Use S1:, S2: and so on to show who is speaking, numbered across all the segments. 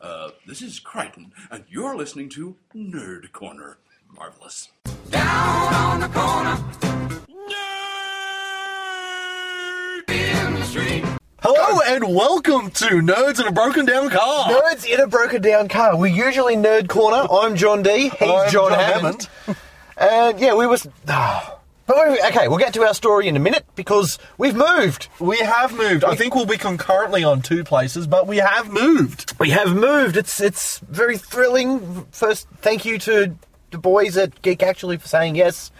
S1: Uh, This is Crichton, and you're listening to Nerd Corner. Marvelous.
S2: Down on the corner. Nerd in the street.
S3: Hello and welcome to Nerds in a Broken Down Car.
S4: Nerds in a broken down car. We're usually Nerd Corner. I'm John D. He's
S3: I'm
S4: John,
S3: John
S4: Hammond. and yeah, we was. ah. But we- okay, we'll get to our story in a minute because we've moved.
S3: We have moved. I think we'll be concurrently on two places, but we have moved.
S4: We have moved. It's it's very thrilling. First, thank you to the boys at Geek Actually for saying yes.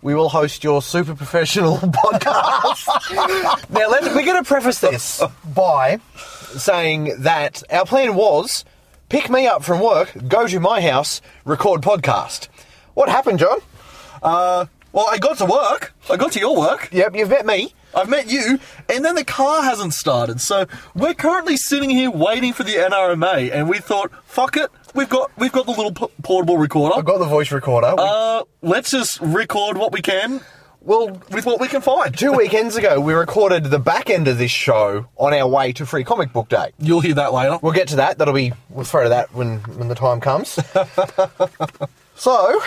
S4: We will host your super professional podcast. now, let, we're going to preface this by saying that our plan was pick me up from work, go to my house, record podcast. What happened, John?
S3: Uh, well, I got to work. I got to your work.
S4: Yep, you've met me.
S3: I've met you, and then the car hasn't started. So we're currently sitting here waiting for the NRMA, and we thought, fuck it. We've got we've got the little p- portable recorder.
S4: I've got the voice recorder. We-
S3: uh, let's just record what we can
S4: well,
S3: with what we can find.
S4: two weekends ago, we recorded the back end of this show on our way to Free Comic Book Day.
S3: You'll hear that later.
S4: We'll get to that. That'll be we'll throw to that when when the time comes. so,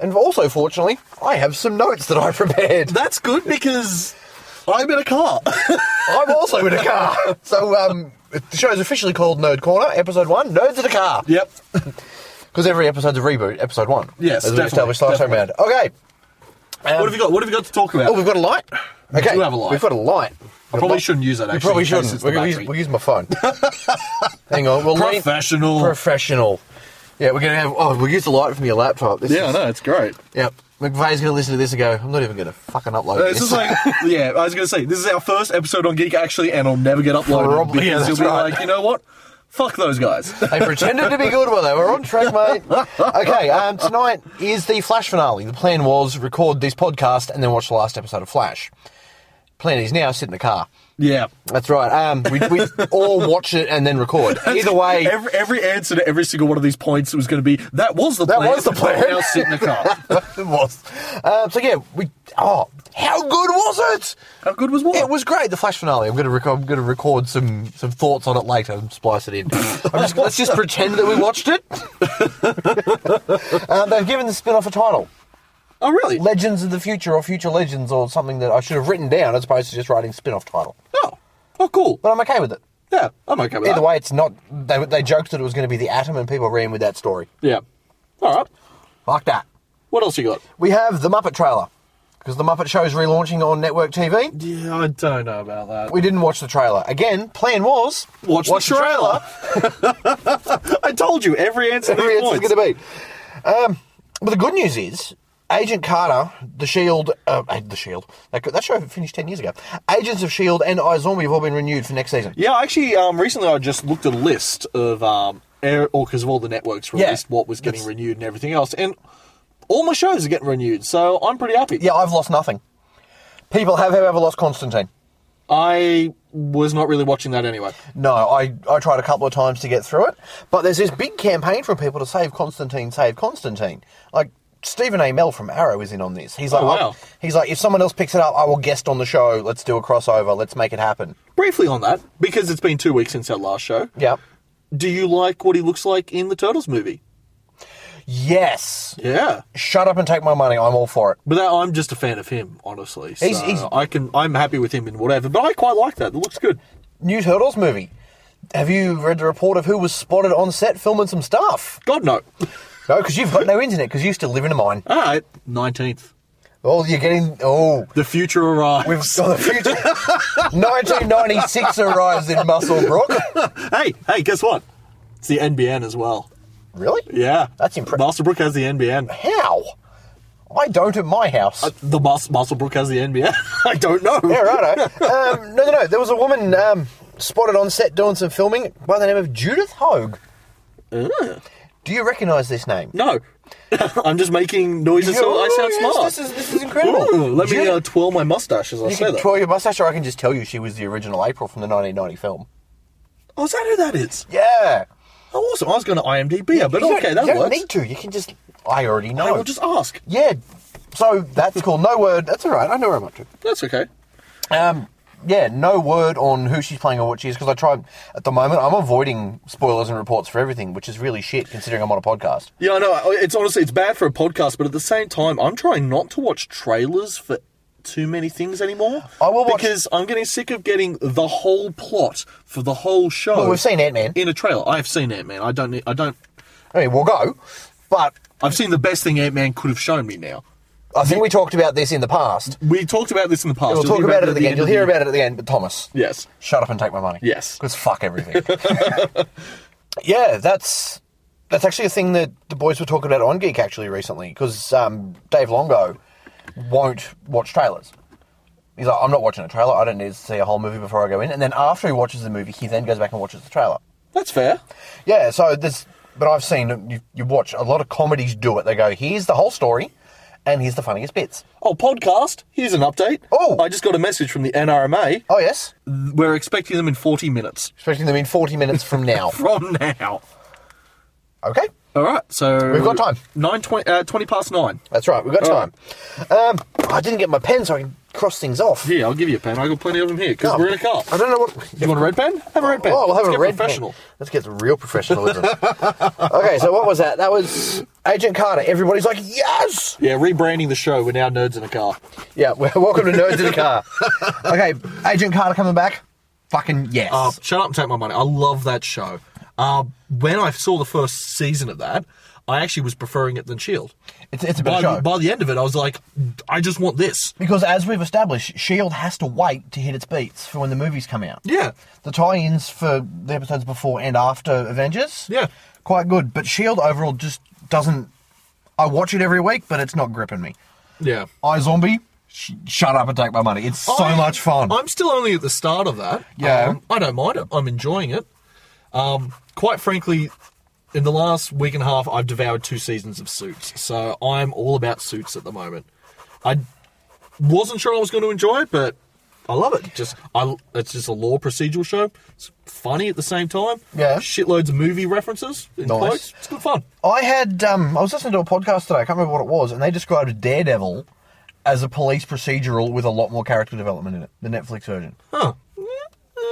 S4: and also fortunately, I have some notes that I prepared.
S3: That's good because I'm in a car.
S4: I'm also in a car. So um, the show's officially called Nerd Corner, Episode One, Nerds in a Car.
S3: yep.
S4: Because every episode's a reboot. Episode One.
S3: Yes,
S4: as we
S3: definitely,
S4: established last time round. Okay. Um,
S3: What have you got? What have you got to talk about?
S4: Oh, we've got a light. Okay,
S3: do have a light.
S4: We've got a light.
S3: I probably shouldn't use that.
S4: You
S3: Actually,
S4: probably
S3: in case
S4: shouldn't.
S3: it's the
S4: We're gonna use,
S3: battery.
S4: we'll use my phone. Hang on. We'll lean-
S3: Professional.
S4: professional. Yeah, we're gonna have. Oh, we'll use the light from your laptop. This
S3: yeah, I
S4: is,
S3: know it's great.
S4: Yep. McVeigh's gonna listen to this and go, I'm not even gonna fucking upload
S3: Uh,
S4: this.
S3: This is like, yeah, I was gonna say this is our first episode on Geek actually, and I'll never get uploaded
S4: Probably, yeah,
S3: because
S4: that's
S3: you'll be
S4: right.
S3: like, you know what? Fuck those guys.
S4: they pretended to be good while they were on track, mate. Okay, um, tonight is the Flash finale. The plan was record this podcast and then watch the last episode of Flash. Plan is now sit in the car.
S3: yeah.
S4: That's right. Um, we, we all watch it and then record. Either way,
S3: every, every answer to every single one of these points was going to be that was the
S4: That
S3: plan.
S4: was the plan.
S3: Now sit in the car.
S4: it was. Um, so yeah, we. Oh, how good was it?
S3: How good was what?
S4: It was great. The flash finale. I'm gonna rec- I'm gonna record some some thoughts on it later and splice it in. I'm just, let's just pretend that we watched it. um, they've given the spin-off a title,
S3: oh really?
S4: Legends of the Future or Future Legends or something that I should have written down as opposed to just writing spin-off title.
S3: oh, oh cool.
S4: But I'm okay with it.
S3: Yeah, I'm okay with
S4: Either
S3: that.
S4: way, it's not. They, they joked that it was going to be the Atom, and people ran with that story.
S3: Yeah. All right.
S4: Like that.
S3: What else you got?
S4: We have the Muppet trailer because the Muppet Show is relaunching on network TV.
S3: Yeah, I don't know about that.
S4: We didn't watch the trailer. Again, plan was
S3: Watch, the trailer. I told you every answer. to
S4: Every
S3: these
S4: answer's
S3: points.
S4: going to be. Um, but the good news is, Agent Carter, The Shield, uh, uh, The Shield. That, that show finished ten years ago. Agents of Shield E and iZombie have all been renewed for next season.
S3: Yeah, actually, um, recently I just looked at a list of um, air, or because of all the networks
S4: Yeah.
S3: released what was getting
S4: It's-
S3: renewed and everything else, and all my shows are getting renewed, so I'm pretty happy.
S4: Yeah, I've lost nothing. People have, however, lost Constantine.
S3: I was not really watching that anyway.
S4: No, I, I tried a couple of times to get through it, but there's this big campaign from people to save Constantine, save Constantine. Like Stephen A. Mel from Arrow is in on this. He's like,
S3: Oh,
S4: I'm-
S3: wow.
S4: he's like, if someone else picks it up, I will guest on the show. Let's do a crossover. Let's make it happen.
S3: Briefly on that, because it's been two weeks since our last show.
S4: Yep.
S3: Do you like what he looks like in the Turtles movie?
S4: Yes.
S3: Yeah,
S4: Shut up and take my money. I'm all for it.
S3: but that, I'm just a fan of him, honestly. So
S4: He's- he's-
S3: I can, I'm happy with him in whatever. But I quite like that. It looks good.
S4: New Turtles movie. Have you read the report of who was spotted on set filming some stuff?
S3: God no.
S4: No, because you've got no internet because you still live in a mine.
S3: All right, nineteenth.
S4: Oh, you're getting. Oh.
S3: The future arrives.
S4: We've got the future. 1996 arrives in Musselbrook.
S3: hey, hey, guess what? It's the NBN as well.
S4: Really?
S3: Yeah.
S4: That's impre-
S3: Musselbrook has the NBN.
S4: How? I don't at my house.
S3: Uh, The Mus- Musselbrook has the NBN. I don't know.
S4: yeah, righto. um, no, no, no. There was a woman um, spotted on set doing some filming by the name of Judith Hogue. Do you recognise this name?
S3: No. I'm just making noises so I
S4: Oh,
S3: sound
S4: yes,
S3: smart.
S4: This is, this is incredible.
S3: Ooh, let me
S4: Judith-
S3: uh, twirl my mustache as I
S4: you
S3: say
S4: can
S3: that.
S4: twirl your mustache, or I can just tell you she was the original April from the 1990 film.
S3: oh, is that who that is?
S4: Yeah.
S3: Oh, awesome. I was going to IMDb her, but
S4: You don't-
S3: okay, that
S4: you don't
S3: works.
S4: need to. You can just. I already
S3: I
S4: know.
S3: will just ask.
S4: Yeah. So that's cool. No word. That's all right. I know where I'm up to.
S3: That's okay.
S4: Um, yeah, no word on who she's playing or what she is because I tried at the moment. I'm avoiding spoilers and reports for everything, which is really shit considering I'm on a podcast.
S3: Yeah, I know. It's honestly it's bad for a podcast, but at the same time, I'm trying not to watch trailers for too many things anymore.
S4: I will watch-
S3: because I'm getting sick of getting the whole plot for the whole show.
S4: Well, we've seen Ant Man.
S3: in a trailer. I've seen Ant Man. I don't. Need, I don't.
S4: I mean, we'll go, but
S3: I've seen the best thing Ant Man could have shown me. Now
S4: I think we talked about this in the past.
S3: we talked about this in the past.
S4: We'll
S3: You'll
S4: talk
S3: hear
S4: about it at the
S3: end
S4: end. You'll
S3: of
S4: hear about it at the end. But Thomas,
S3: Yes.
S4: shut up and take my money.
S3: Yes.
S4: because fuck everything. yeah, that's that's actually a thing that the boys were talking about on Geek actually recently because um, Dave Longo won't watch trailers. He's like, I'm not watching a trailer. I don't need to see a whole movie before I go in. And then after he watches the movie, he then goes back and watches the trailer.
S3: That's fair.
S4: Yeah, so there's, but I've seen you, you watch a lot of comedies do it. They go, here's the whole story, and here's the funniest bits.
S3: Oh, podcast. Here's an update.
S4: Oh.
S3: I just got a message from the NRMA.
S4: Oh yes,
S3: We're expecting them in 40 minutes
S4: expecting them in 40 minutes from now.
S3: from now.
S4: Okay,
S3: All right. So
S4: We've got time.
S3: Nine twenty. Uh, Twenty past nine.
S4: that's right. We've got
S3: All
S4: time. Um, I didn't get my pen, so I can cross things off.
S3: Yeah, I'll give you a pen. I got plenty of them here because
S4: No.
S3: we're in a car.
S4: I don't know what.
S3: You want a red pen? Have a red pen.
S4: Oh, we'll have
S3: Let's
S4: a
S3: get
S4: red
S3: professional.
S4: Pen. Let's get some real professionalism. okay, so what was that? That was Agent Carter. Everybody's like, yes.
S3: Yeah, rebranding the show. We're now nerds in a car.
S4: Yeah, well, welcome to Nerds in a Car. Okay, Agent Carter coming back. Fucking yes.
S3: Uh, shut up and take my money. I love that show. Uh, when I saw the first season of that, I actually was preferring it than Shield.
S4: it's, it's a
S3: By,
S4: big show.
S3: by the end of it, I was like, I just want this.
S4: Because as we've established, Shield E has to wait to hit its beats for when the movies come out.
S3: Yeah,
S4: The tie-ins for the episodes before and after Avengers,
S3: Yeah.
S4: quite good. But Shield E overall just doesn't. I watch it every week, but it's not gripping me.
S3: yeah.
S4: I Zombie, sh- shut up and take my money. It's so
S3: I-
S4: much fun.
S3: I'm still only at the start of that.
S4: Yeah.
S3: Um, I don't mind it. I'm enjoying it. Um, quite frankly, in the last week and a half, I've devoured two seasons of Suits, so I'm all about Suits at the moment. I wasn't sure I was going to enjoy it, but I love it. Just I, it's just a law procedural show. It's funny at the same time.
S4: Yeah.
S3: shitloads of movie references. In
S4: Nice.
S3: quotes. It's good fun.
S4: I had um, I was listening to a podcast today. I can't remember what it was, and they described Daredevil as a police procedural with a lot more character development in it, the Netflix version,
S3: Huh?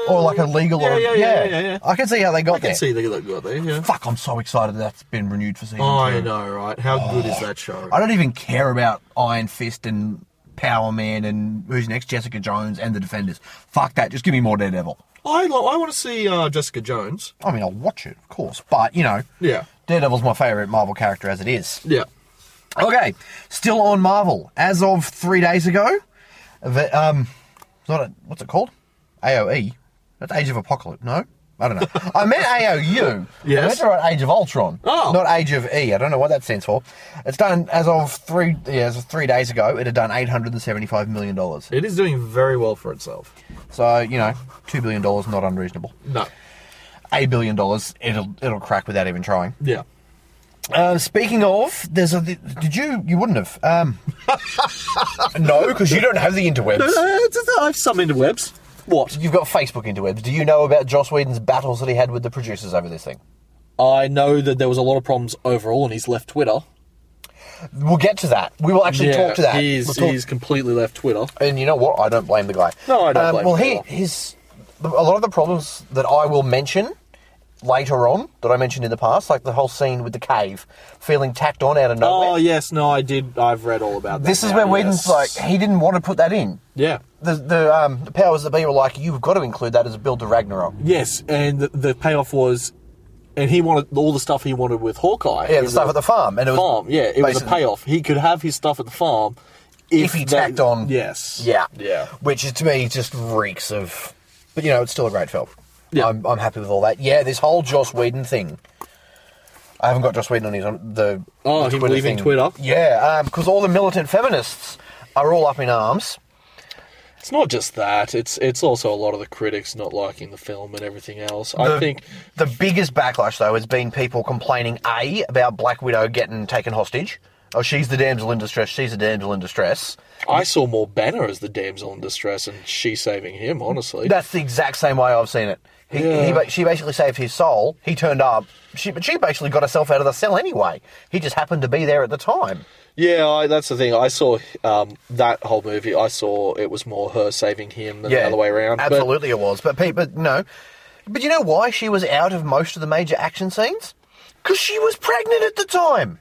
S4: or like a legal
S3: Yeah,
S4: or
S3: yeah, yeah, yeah, yeah.
S4: I can see how they got
S3: I can
S4: there.
S3: see they got that there. Yeah.
S4: Fuck! I'm so excited that's been renewed for season
S3: I
S4: two.
S3: know, right? How good is that show?
S4: I don't even care about Iron Fist and Power Man and who's next, Jessica Jones and the Defenders. Fuck that! Just give me more Daredevil.
S3: I, lo- I want to see uh, Jessica Jones.
S4: I mean, I'll watch it, of course, but you know,
S3: Yeah.
S4: Daredevil's my favorite Marvel character as it is.
S3: Yeah.
S4: Okay, still on Marvel. As of three days ago, the, um, it's not a, what's it called? AOE. That's Age of Apocalypse. No, I don't know. I meant AOU.
S3: Yes.
S4: I meant to write Age of Ultron.
S3: Oh.
S4: Not Age of E. I don't know what that stands for. It's done as of three. Yeah, as of three days ago, it had done eight hundred and seventy-five million dollars.
S3: It is doing very well for itself.
S4: So you know, two billion dollars not unreasonable.
S3: No.
S4: Eight billion dollars, it'll it'll crack without even trying.
S3: Yeah.
S4: Um, speaking of, there's a. Did you? You wouldn't have. Um, no, because you don't have the interwebs.
S3: I Uh, have some interwebs. What?
S4: You've got Facebook interwebs. Do you know about Joss Whedon's battles that he had with the producers over this thing?
S3: I know that there was a lot of problems overall, and he's left Twitter.
S4: We'll get to that. We will actually talk to that.
S3: He's,
S4: We'll talk-
S3: he's completely left Twitter.
S4: and you know what? I don't blame the guy. Um,
S3: No, I don't blame
S4: Well,
S3: him
S4: he
S3: at all.
S4: his a lot of the problems that I will mention later on that I mentioned in the past, like the whole scene with the cave, feeling tacked on out of nowhere.
S3: Oh yes, no, I did. I've read all about that.
S4: this is
S3: now,
S4: where Whedon's
S3: yes.
S4: like he didn't want to put that in.
S3: yeah,
S4: the the, um, the powers that be were like, you've got to include that as a build to Ragnarok.
S3: yes, and the, the payoff was, and he wanted all the stuff he wanted with Hawkeye.
S4: Yeah,
S3: in
S4: the stuff at the farm, and it was
S3: farm. Yeah, it was a
S4: basically-
S3: payoff. He could have his stuff at the farm
S4: If he tacked on-
S3: Yes.
S4: Yeah,
S3: Yeah.
S4: which is to me just reeks of. But you know, it's still a great film.
S3: Yeah.
S4: I'm, I'm happy with all that. Yeah, this whole Joss Whedon thing. I haven't got Joss Whedon on his on the.
S3: Oh,
S4: the
S3: him leaving Twitter?
S4: Yeah, because all the militant feminists are all up in arms.
S3: It's not just that. It's it's also a lot of the critics not liking the film and everything else. I
S4: The-
S3: think
S4: the biggest backlash though has been people complaining a about Black Widow getting taken hostage, Oh, she's the damsel in distress. She's a damsel in distress.
S3: I saw more Banner as the damsel in distress and she saving him, honestly.
S4: That's the exact same way I've seen it. He,
S3: Yeah.
S4: he ba- she basically saved his soul. He turned up. She, but she basically got herself out of the cell anyway. He just happened to be there at the time.
S3: Yeah, I, that's the thing. I saw um, that whole movie. I saw it was more her saving him than the other way around. but-
S4: Absolutely, it was. But people, no. But you know why she was out of most of the major action scenes? Because she was pregnant at the time.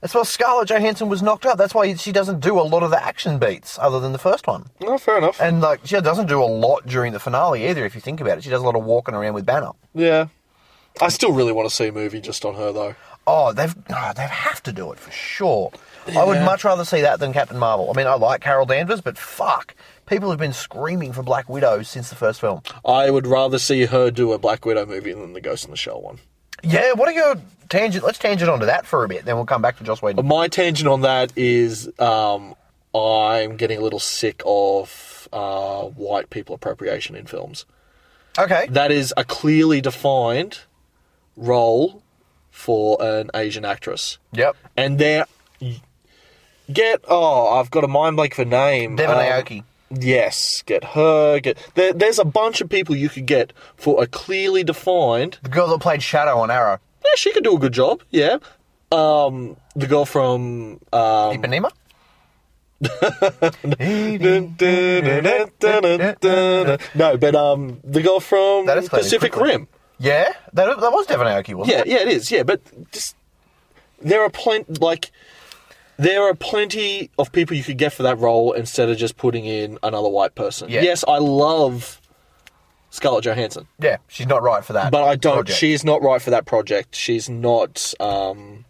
S4: That's why Scarlett Johansson was knocked up. That's why she doesn't do a lot of the action beats other than the first one.
S3: no, fair enough.
S4: And like she doesn't do a lot during the finale either. If you think about it, she does a lot of walking around with Banner.
S3: yeah. I still really want to see a movie just on her, though.
S4: Oh, they've oh, they have to do it for sure. I would much rather see that than Captain Marvel. I mean, I like Carol Danvers, but fuck, people have been screaming for Black Widow since the first film.
S3: I would rather see her do a Black Widow movie than the Ghost in the Shell one.
S4: Yeah, what are your tangent? Let's tangent onto that for a bit, then we'll come back to Joss Whedon.
S3: My tangent on that is um, I'm getting a little sick of uh, white people appropriation in films.
S4: Okay,
S3: That is a clearly defined role for an Asian actress.
S4: yep.
S3: and they're get oh I've got a mind blank for name
S4: Devon
S3: Um,
S4: Aoki.
S3: Yes, get her. Get there, there's a bunch of people you could get for a clearly defined.
S4: The girl that played Shadow on Arrow,
S3: Yeah, she could do a good job. Yeah, um, the girl from um,
S4: Ipanema.
S3: no, but um, the girl from
S4: That is clearly
S3: Pacific
S4: quickly.
S3: Rim.
S4: Yeah, that, that was Devon Aoki, wasn't
S3: Yeah,
S4: it?
S3: yeah, it is. Yeah, but just there are plenty like there are plenty of people you could get for that role instead of just putting in another white person.
S4: Yeah.
S3: Yes, I love Scarlett Johansson,
S4: Yeah, she's not right for that.
S3: but I don't.
S4: project.
S3: She is not right for that project. She's not um,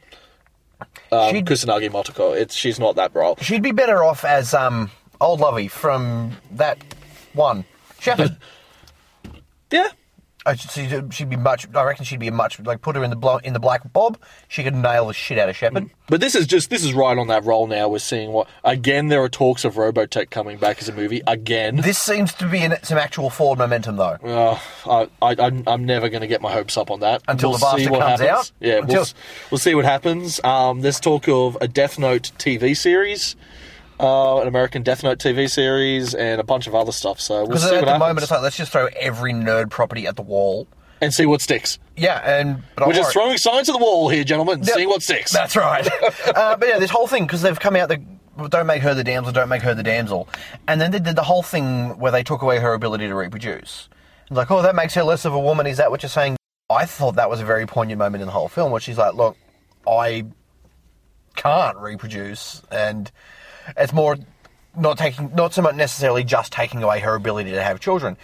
S3: um
S4: She'd-
S3: Kusanagi Motoko. It's she's not that role.
S4: She'd be better off as um old lovey from that one Shepard.
S3: Yeah,
S4: I should see. She'd be much. I reckon she'd be a much like put her in the blo- in the black bob. She could nail the shit out of Shepard.
S3: but this is just this is right on that role now. We're seeing what again. There are talks of Robotech coming back as a movie again.
S4: This seems to be in some actual forward momentum though.
S3: Uh, I, I, I'm, I'm never going to get my hopes up on that
S4: Until
S3: We'll
S4: the bastard
S3: see what
S4: comes
S3: happens.
S4: out?
S3: Yeah, we'll,
S4: Until-
S3: s- we'll see what happens. Um, there's talk of a Death Note TV series, uh, an American Death Note TV series, and a bunch of other stuff. So we'll
S4: Because
S3: see
S4: at
S3: what
S4: the
S3: happens
S4: moment it's like let's just throw every nerd property at the wall.
S3: and see what sticks.
S4: Yeah, and but
S3: We're just throwing signs at the wall here, gentlemen, and
S4: Yep.
S3: seeing what sticks.
S4: That's right. uh, but yeah, this whole thing because they've come out the don't make her the damsel, don't make her the damsel, and then they did the whole thing where they took away her ability to reproduce. And like, oh, that makes her less of a woman. Is that what you're saying? I thought that was a very poignant moment in the whole film where she's like, look, I can't reproduce, and it's more not taking not so much necessarily just taking away her ability to have children.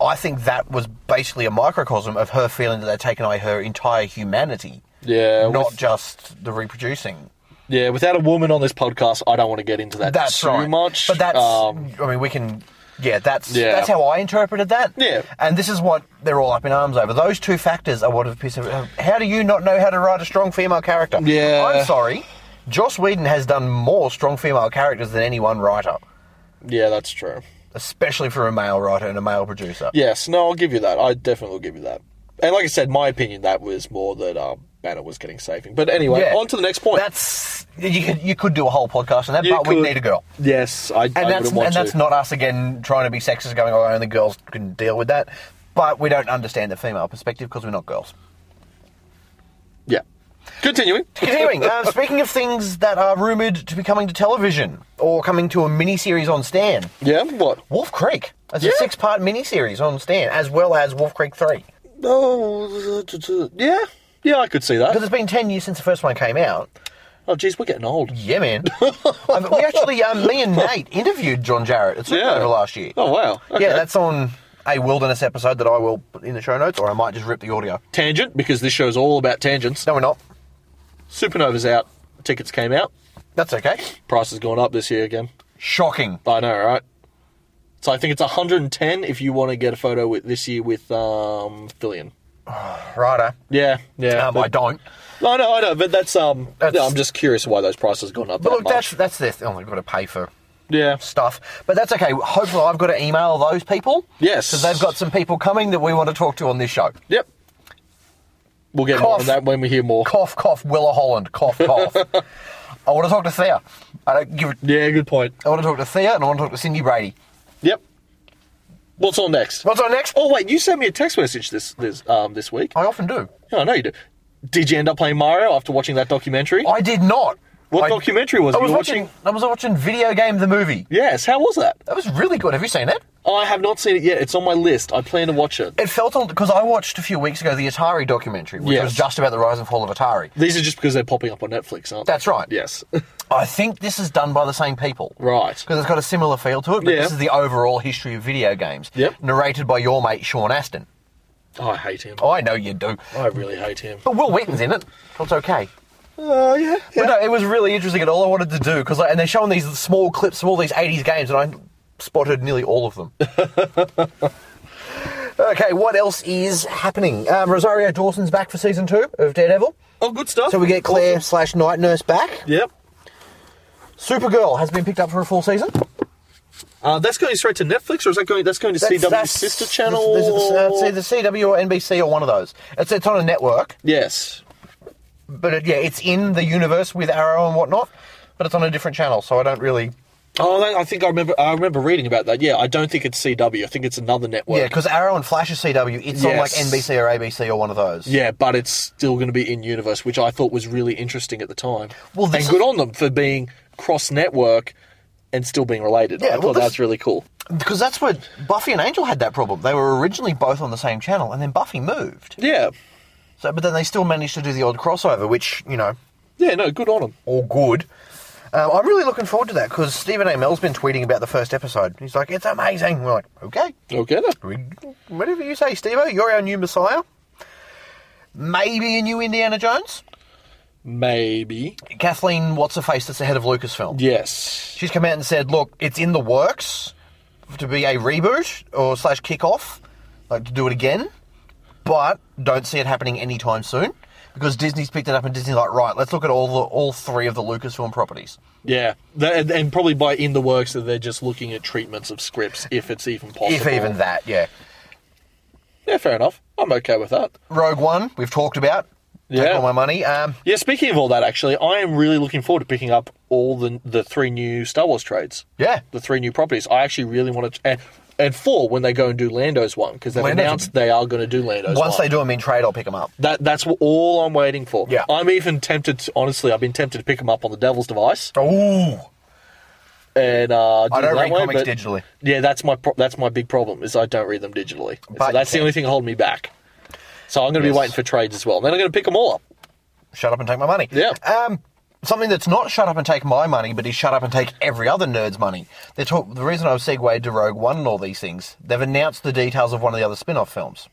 S4: I think that was basically a microcosm of her feeling that they'd taken away her entire humanity
S3: yeah,
S4: not
S3: with-
S4: just the reproducing.
S3: yeah. Without a woman on this podcast, I don't want to get into that
S4: That's
S3: too
S4: right.
S3: much.
S4: But that's.
S3: um,
S4: I mean, we can. Yeah, that's
S3: Yeah.
S4: that's how I interpreted that.
S3: Yeah.
S4: and this is what they're all up in arms over. Those two factors are what have pissed. How do you not know how to write a strong female character?
S3: Yeah.
S4: I'm sorry. Joss Whedon has done more strong female characters than any one writer,
S3: yeah, that's true.
S4: especially for a male writer and a male producer.
S3: Yes, no, I'll give you that. I definitely will give you that. And like I said, my opinion that was more that um, Banner was getting saving. But anyway,
S4: Yeah.
S3: on to the next point.
S4: That's you could you could do a whole podcast on that,
S3: You
S4: but we
S3: could-
S4: need a girl.
S3: Yes, I, I
S4: and that's
S3: wouldn't want
S4: and
S3: to.
S4: that's not us again trying to be sexist, going, "Oh, only girls can deal with that." But we don't understand the female perspective because we're not girls.
S3: yeah. Continuing.
S4: Continuing, um, speaking of things that are rumored to be coming to television or coming to a miniseries on Stan,
S3: yeah. What?
S4: Wolf Creek. That's
S3: Yeah.
S4: a six-part miniseries on Stan, as well as Wolf Creek Three.
S3: Oh, yeah. Yeah, I could see
S4: Because
S3: that.
S4: it's been ten years since the first one came out.
S3: Oh, geez, we're getting old.
S4: Yeah, man. I mean, we actually, um, me and Nate interviewed John Jarrett at
S3: Yeah.
S4: Supernova last year.
S3: Oh wow. Okay.
S4: Yeah, that's on a wilderness episode that I will put in the show notes, or I might just rip the audio.
S3: tangent because this show's all about tangents.
S4: No, we're not.
S3: Supernova's out. Tickets came out.
S4: That's okay.
S3: Price has gone up this year again.
S4: Shocking.
S3: I know, right? So I think it's 110 if you want to get a photo with this year with um, Fillion.
S4: Righto.
S3: Yeah, yeah.
S4: Um, I don't.
S3: I know, I know, but that's um.
S4: That's-
S3: no, I'm just curious why those prices gone up.
S4: But
S3: that
S4: look, that's
S3: much.
S4: that's this. Oh, I've got to pay for
S3: yeah.
S4: stuff. But that's okay. Hopefully, I've got to email those people.
S3: Yes.
S4: Because they've got some people coming that we want to talk to on this show.
S3: Yep. We'll get more on
S4: Cough.
S3: that when we hear more.
S4: Cough, cough, Willa Holland. Cough, cough. I want to talk to Thea. I don't give a.
S3: Yeah, good point.
S4: I want to talk to Thea and I want to talk to Cindy Brady.
S3: Yep. What's on next?
S4: What's our next?
S3: Oh wait, you sent me a text message this this um this week.
S4: I often do.
S3: Yeah, I know you do. Did you end up playing Mario after watching that documentary?
S4: I did not.
S3: What
S4: I-
S3: documentary was
S4: I
S3: it?
S4: was
S3: You were
S4: watching, I was watching Video Game the Movie.
S3: Yes. How was that?
S4: That was really good. Have you seen it?
S3: Oh, I have not seen it yet. It's on my list. I plan to watch it.
S4: It felt on because I watched a few weeks ago the Atari documentary, which
S3: Yes.
S4: was just about the rise and fall of Atari.
S3: These are just because they're popping up on Netflix, aren't they?
S4: That's right.
S3: Yes.
S4: I think this is done by the same people.
S3: right.
S4: Because it's got a similar feel to it, but
S3: Yeah.
S4: this is the overall history of video games.
S3: Yep.
S4: Narrated by your mate Sean Aston.
S3: Oh, I hate him.
S4: Oh, I know you do.
S3: I really hate him.
S4: But Will Wheaton's in it. so It's okay.
S3: Oh yeah.
S4: But no, it was really interesting, and all I wanted to do because, and they're showing these small clips from all these '80s games, and I spotted nearly all of them. okay, what else is happening? Um, Rosario Dawson's back for season two of Daredevil,
S3: Oh, good stuff.
S4: so we get Claire slash Night Nurse back.
S3: Yep.
S4: Supergirl has been picked up for a full season.
S3: Uh, that's going straight to Netflix, or is that going? That's going to CW's sister channel.
S4: There's, there's, uh,
S3: or-
S4: it's either CW or NBC or one of those. It's it's on a network,
S3: yes.
S4: but it, yeah, it's in the universe with Arrow and whatnot, but it's on a different channel, so I don't really
S3: Oh, that, I think I remember. I remember reading about that. Yeah, I don't think it's CW. I think it's another network.
S4: Yeah, because Arrow and Flash is CW. It's on like
S3: Yes.
S4: NBC or ABC or one of those.
S3: Yeah, but it's still going to be in universe, which I thought was really interesting at the time.
S4: Well,
S3: and
S4: this
S3: good
S4: is-
S3: on them for being cross network and still being related. I
S4: Yeah,
S3: thought
S4: well,
S3: that
S4: this-
S3: was really cool.
S4: Because that's where Buffy and Angel had that problem. They were originally both on the same channel, and then Buffy moved.
S3: Yeah,
S4: So, but then they still managed to do the odd crossover, which you know,
S3: yeah, no, good on them.
S4: all good. Um, I'm really looking forward to that because Stephen A. Mel's been tweeting about the first episode. He's like, "It's amazing." We're like, "Okay,
S3: Okay, then.
S4: we, whatever you say, Steve. You're our new Messiah. Maybe a new Indiana Jones."
S3: maybe
S4: Kathleen, what's her face? That's the head of Lucasfilm.
S3: yes.
S4: She's come out and said, "Look, it's in the works to be a reboot or slash kickoff, like to do it again, but don't see it happening anytime soon because Disney's picked it up and Disney's like, right, let's look at all the all three of the Lucasfilm properties.
S3: Yeah, That- and, and probably by in the works that they're just looking at treatments of scripts, if it's even possible.
S4: If even that, yeah.
S3: Yeah, fair enough. I'm okay with that.
S4: Rogue One, we've talked about. Take
S3: Yeah.
S4: all my money. Um,
S3: Yeah, speaking of all that, actually, I am really looking forward to picking up all the the three new Star Wars trades.
S4: Yeah.
S3: the three new properties. I actually really want to, and, and four when they go and do Lando's one because they've
S4: Lando's-
S3: announced they are going to do Lando's.
S4: once
S3: one.
S4: they do them in trade, I'll pick them up.
S3: that that's all I'm waiting for.
S4: Yeah.
S3: I'm even tempted. To, honestly, I've been tempted to pick them up on the Devil's Device
S4: Oh,
S3: and uh, do
S4: I
S3: it
S4: don't
S3: that
S4: read
S3: way,
S4: comics
S3: but-
S4: digitally.
S3: Yeah, that's my pro- that's my big problem is I don't read them digitally.
S4: But
S3: so
S4: you
S3: that's the
S4: can.
S3: only thing holding me back. So I'm going to
S4: Yes.
S3: be waiting for trades as well. Then I'm going to pick them all up.
S4: Shut up and take my money.
S3: Yeah.
S4: Um, something that's not shut up and take my money, but is shut up and take every other nerd's money. They're talk- the reason I've segued to Rogue One and all these things, they've announced the details of one of the other spin off films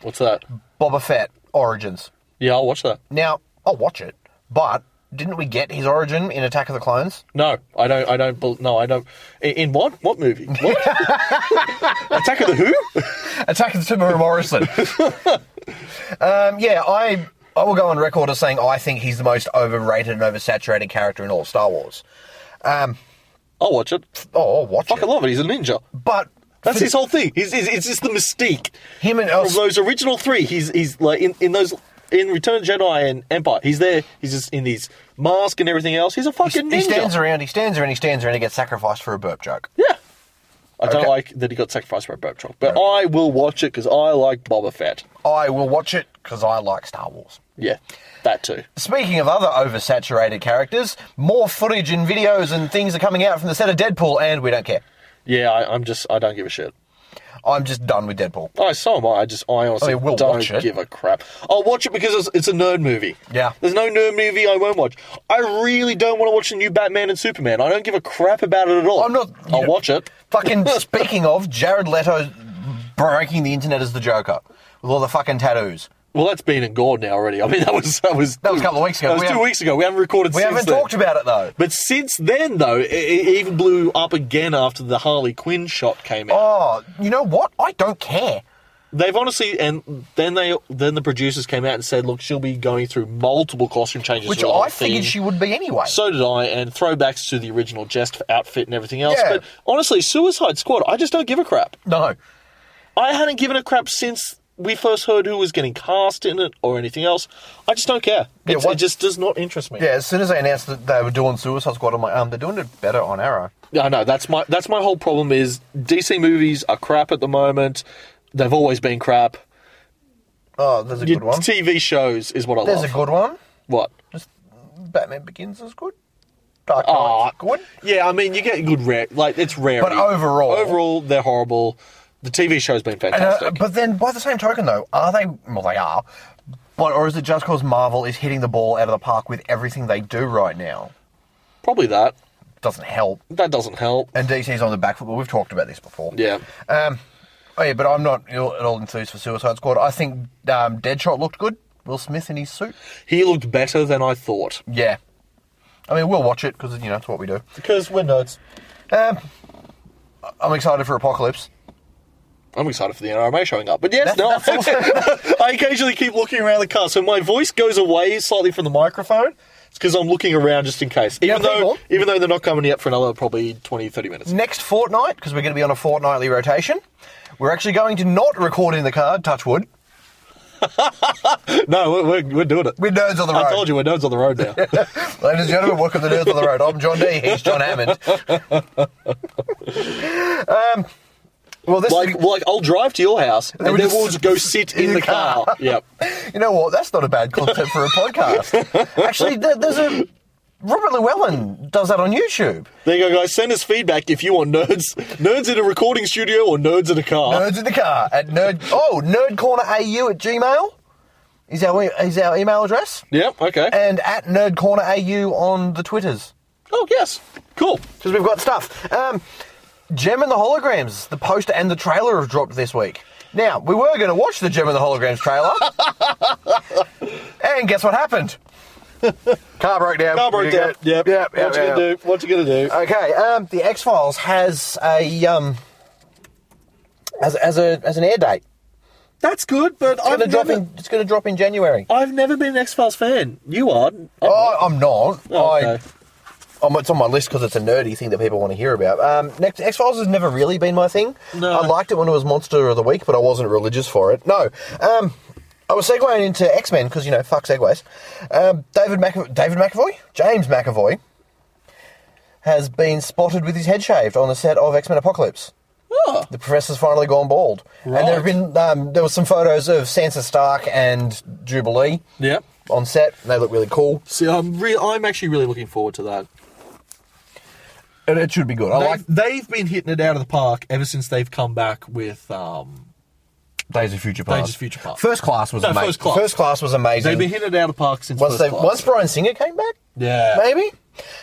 S3: What's that?
S4: Boba Fett Origins.
S3: Yeah, I'll watch that.
S4: Now, I'll watch it, but didn't we get his origin in Attack of the Clones?
S3: No, I don't. I don't. bel- No, I don't. In, in what? What movie? What? Attack of the Who?
S4: Attack of the Tamura Morrison. um, yeah, I. I will go on record as saying I think he's the most overrated and oversaturated character in all of Star Wars.
S3: I'll watch it.
S4: Oh, I'll watch
S3: Fucking
S4: it.
S3: love it. He's a ninja.
S4: But
S3: That's
S4: for
S3: his whole thing. He's, he's, it's just the mystique
S4: him and
S3: of those original three. He's he's like in, in those in Return of the Jedi and Empire. He's there. He's just in these mask and everything else. He's a fucking
S4: He
S3: ninja.
S4: stands around, he stands around, he stands around, he gets sacrificed for a burp joke.
S3: Yeah. I don't
S4: Okay.
S3: like that he got sacrificed by Bob Chop, but I will watch it because I like Boba Fett.
S4: I will watch it because I like Star Wars.
S3: Yeah, that too.
S4: Speaking of other oversaturated characters, more footage and videos and things are coming out from the set of Deadpool, and we don't care.
S3: Yeah, I, I'm just I don't give a shit.
S4: I'm just done with Deadpool.
S3: I so am I. I just I honestly
S4: I mean, Oh, we'll
S3: don't
S4: watch it.
S3: give a crap. I'll watch it because it's, it's a nerd movie.
S4: Yeah.
S3: there's no nerd movie I won't watch. I really don't want to watch the new Batman and Superman. I don't give a crap about it at all.
S4: I'm not-
S3: I'll
S4: you-
S3: watch it.
S4: Fucking speaking of, Jared Leto breaking the internet as the Joker with all the fucking tattoos.
S3: Well, that's been and gone now already. I mean, that was that was
S4: That was a couple of weeks ago.
S3: That was
S4: We
S3: two
S4: haven't-
S3: weeks ago. We haven't recorded.
S4: We
S3: since
S4: haven't
S3: then.
S4: talked about it though.
S3: But since then, though, it, it even blew up again after the Harley Quinn shot came out.
S4: Oh, you know what? I don't care.
S3: They've honestly, and then they, then the producers came out and said, "Look, she'll be going through multiple costume changes."
S4: Which
S3: for the whole
S4: I figured
S3: thing.
S4: she would be anyway.
S3: So did I, and throwbacks to the original Jest outfit and everything else.
S4: Yeah.
S3: But honestly, Suicide Squad, I just don't give a crap.
S4: no.
S3: I hadn't given a crap since we first heard who was getting cast in it or anything else. I just don't care.
S4: Yeah,
S3: It's- it
S4: what-
S3: just does not interest me.
S4: Yeah, as soon as they announced that they were doing Suicide Squad, I'm like, um, they're doing it better on Arrow.
S3: I know that's my that's my whole problem is DC movies are crap at the moment. They've always been crap.
S4: Oh, there's a
S3: Your
S4: good one.
S3: TV shows is what I
S4: There's
S3: love.
S4: a good one.
S3: what?
S4: Batman Begins is good. Dark
S3: Aw.
S4: Knight's good.
S3: Yeah, I mean you get good rare like it's rare.
S4: But overall-
S3: overall they're horrible. The TV show's been
S4: And, uh,
S3: fantastic.
S4: but then, by the same token, though, are they? Well, they are. But or is it just because Marvel is hitting the ball out of the park with everything they do right now?
S3: Probably that.
S4: Doesn't help.
S3: That doesn't help.
S4: And DC's on the back foot. But we've talked about this before.
S3: Yeah.
S4: Um. Oh yeah, but I'm not at all enthused for Suicide Squad. I think um, Deadshot looked good. Will Smith in his suit.
S3: He looked better than I thought.
S4: Yeah. I mean, we'll watch it because you know it's what we do.
S3: Because we're nerds.
S4: Um, I'm excited for Apocalypse.
S3: I'm excited for the NRMA showing up. But yes,
S4: That- that's
S3: no, I occasionally keep looking around the car, so my voice goes away slightly from the microphone. It's because I'm looking around just in case. Even
S4: Yeah,
S3: though,
S4: people.
S3: even though they're not coming yet for another probably 20, 30 minutes.
S4: Next fortnight, because we're going to be on a fortnightly rotation, we're actually going to not record in the car. Touch wood.
S3: No, we're, we're, we're doing it.
S4: We're nerds on the road.
S3: I told you we're nerds on the road now.
S4: Ladies and gentlemen, welcome to Nerds on the Road. I'm John D. He's John Hammond. um, well, this
S3: like,
S4: is,
S3: like I'll drive to your house and then
S4: we just-
S3: we'll just go sit in, the car. yep.
S4: you know what? That's not a bad concept for a podcast. actually, there, there's a Robert Llewellyn does that on YouTube.
S3: There you go, guys. Send us feedback if you want nerds, nerds in a recording studio or nerds in a car.
S4: Nerds in the car at nerd. Oh, nerdcornerau at Gmail is our e- is our email address,
S3: Yep. Okay.
S4: and at nerdcornerau on the Twitters.
S3: oh yes. Cool.
S4: because we've got stuff. Um, Gem and the Holograms, the poster and the trailer have dropped this week. Now, we were going to watch the Gem and the Holograms trailer. and guess what happened? Car broke down.
S3: Car broke down. Yep.
S4: Yep. yep,
S3: what you gonna
S4: yep.
S3: do? What you gonna do?
S4: Okay, um, the X Files has a um, as, as a as an air date.
S3: That's good, but
S4: It's
S3: I've
S4: going to drop
S3: never,
S4: in. It's going to drop in January.
S3: I've never been an X Files fan. You are. I'm
S4: Oh, I'm not.
S3: not.
S4: I, Um, it's on my list because it's a nerdy thing that people want to hear about. Um, next, X Files has never really been my thing.
S3: No.
S4: I liked it when it was Monster of the Week, but I wasn't religious for it. No. Um, I was segueing into X Men because you know fuck segues. Um, David Mc- David McAvoy, James McAvoy, has been spotted with his head shaved on the set of X Men Apocalypse.
S3: Oh.
S4: The professor's finally gone bald, and there have
S3: Right.
S4: been um, there were some photos of Sansa Stark and Jubilee
S3: Yeah.
S4: on set. They look really cool,
S3: See, I'm re- I'm actually really looking forward to that.
S4: and it should be good. I
S3: They've,
S4: like
S3: they've been hitting it out of the park ever since they've come back with. Um,
S4: Days of Future
S3: Days
S4: Past.
S3: of Future Past.
S4: First Class was
S3: No,
S4: amazing.
S3: First Class.
S4: was amazing.
S3: they've been hitting it out of the park since
S4: once
S3: first
S4: they
S3: class.
S4: once Brian Singer came back,
S3: yeah.
S4: maybe.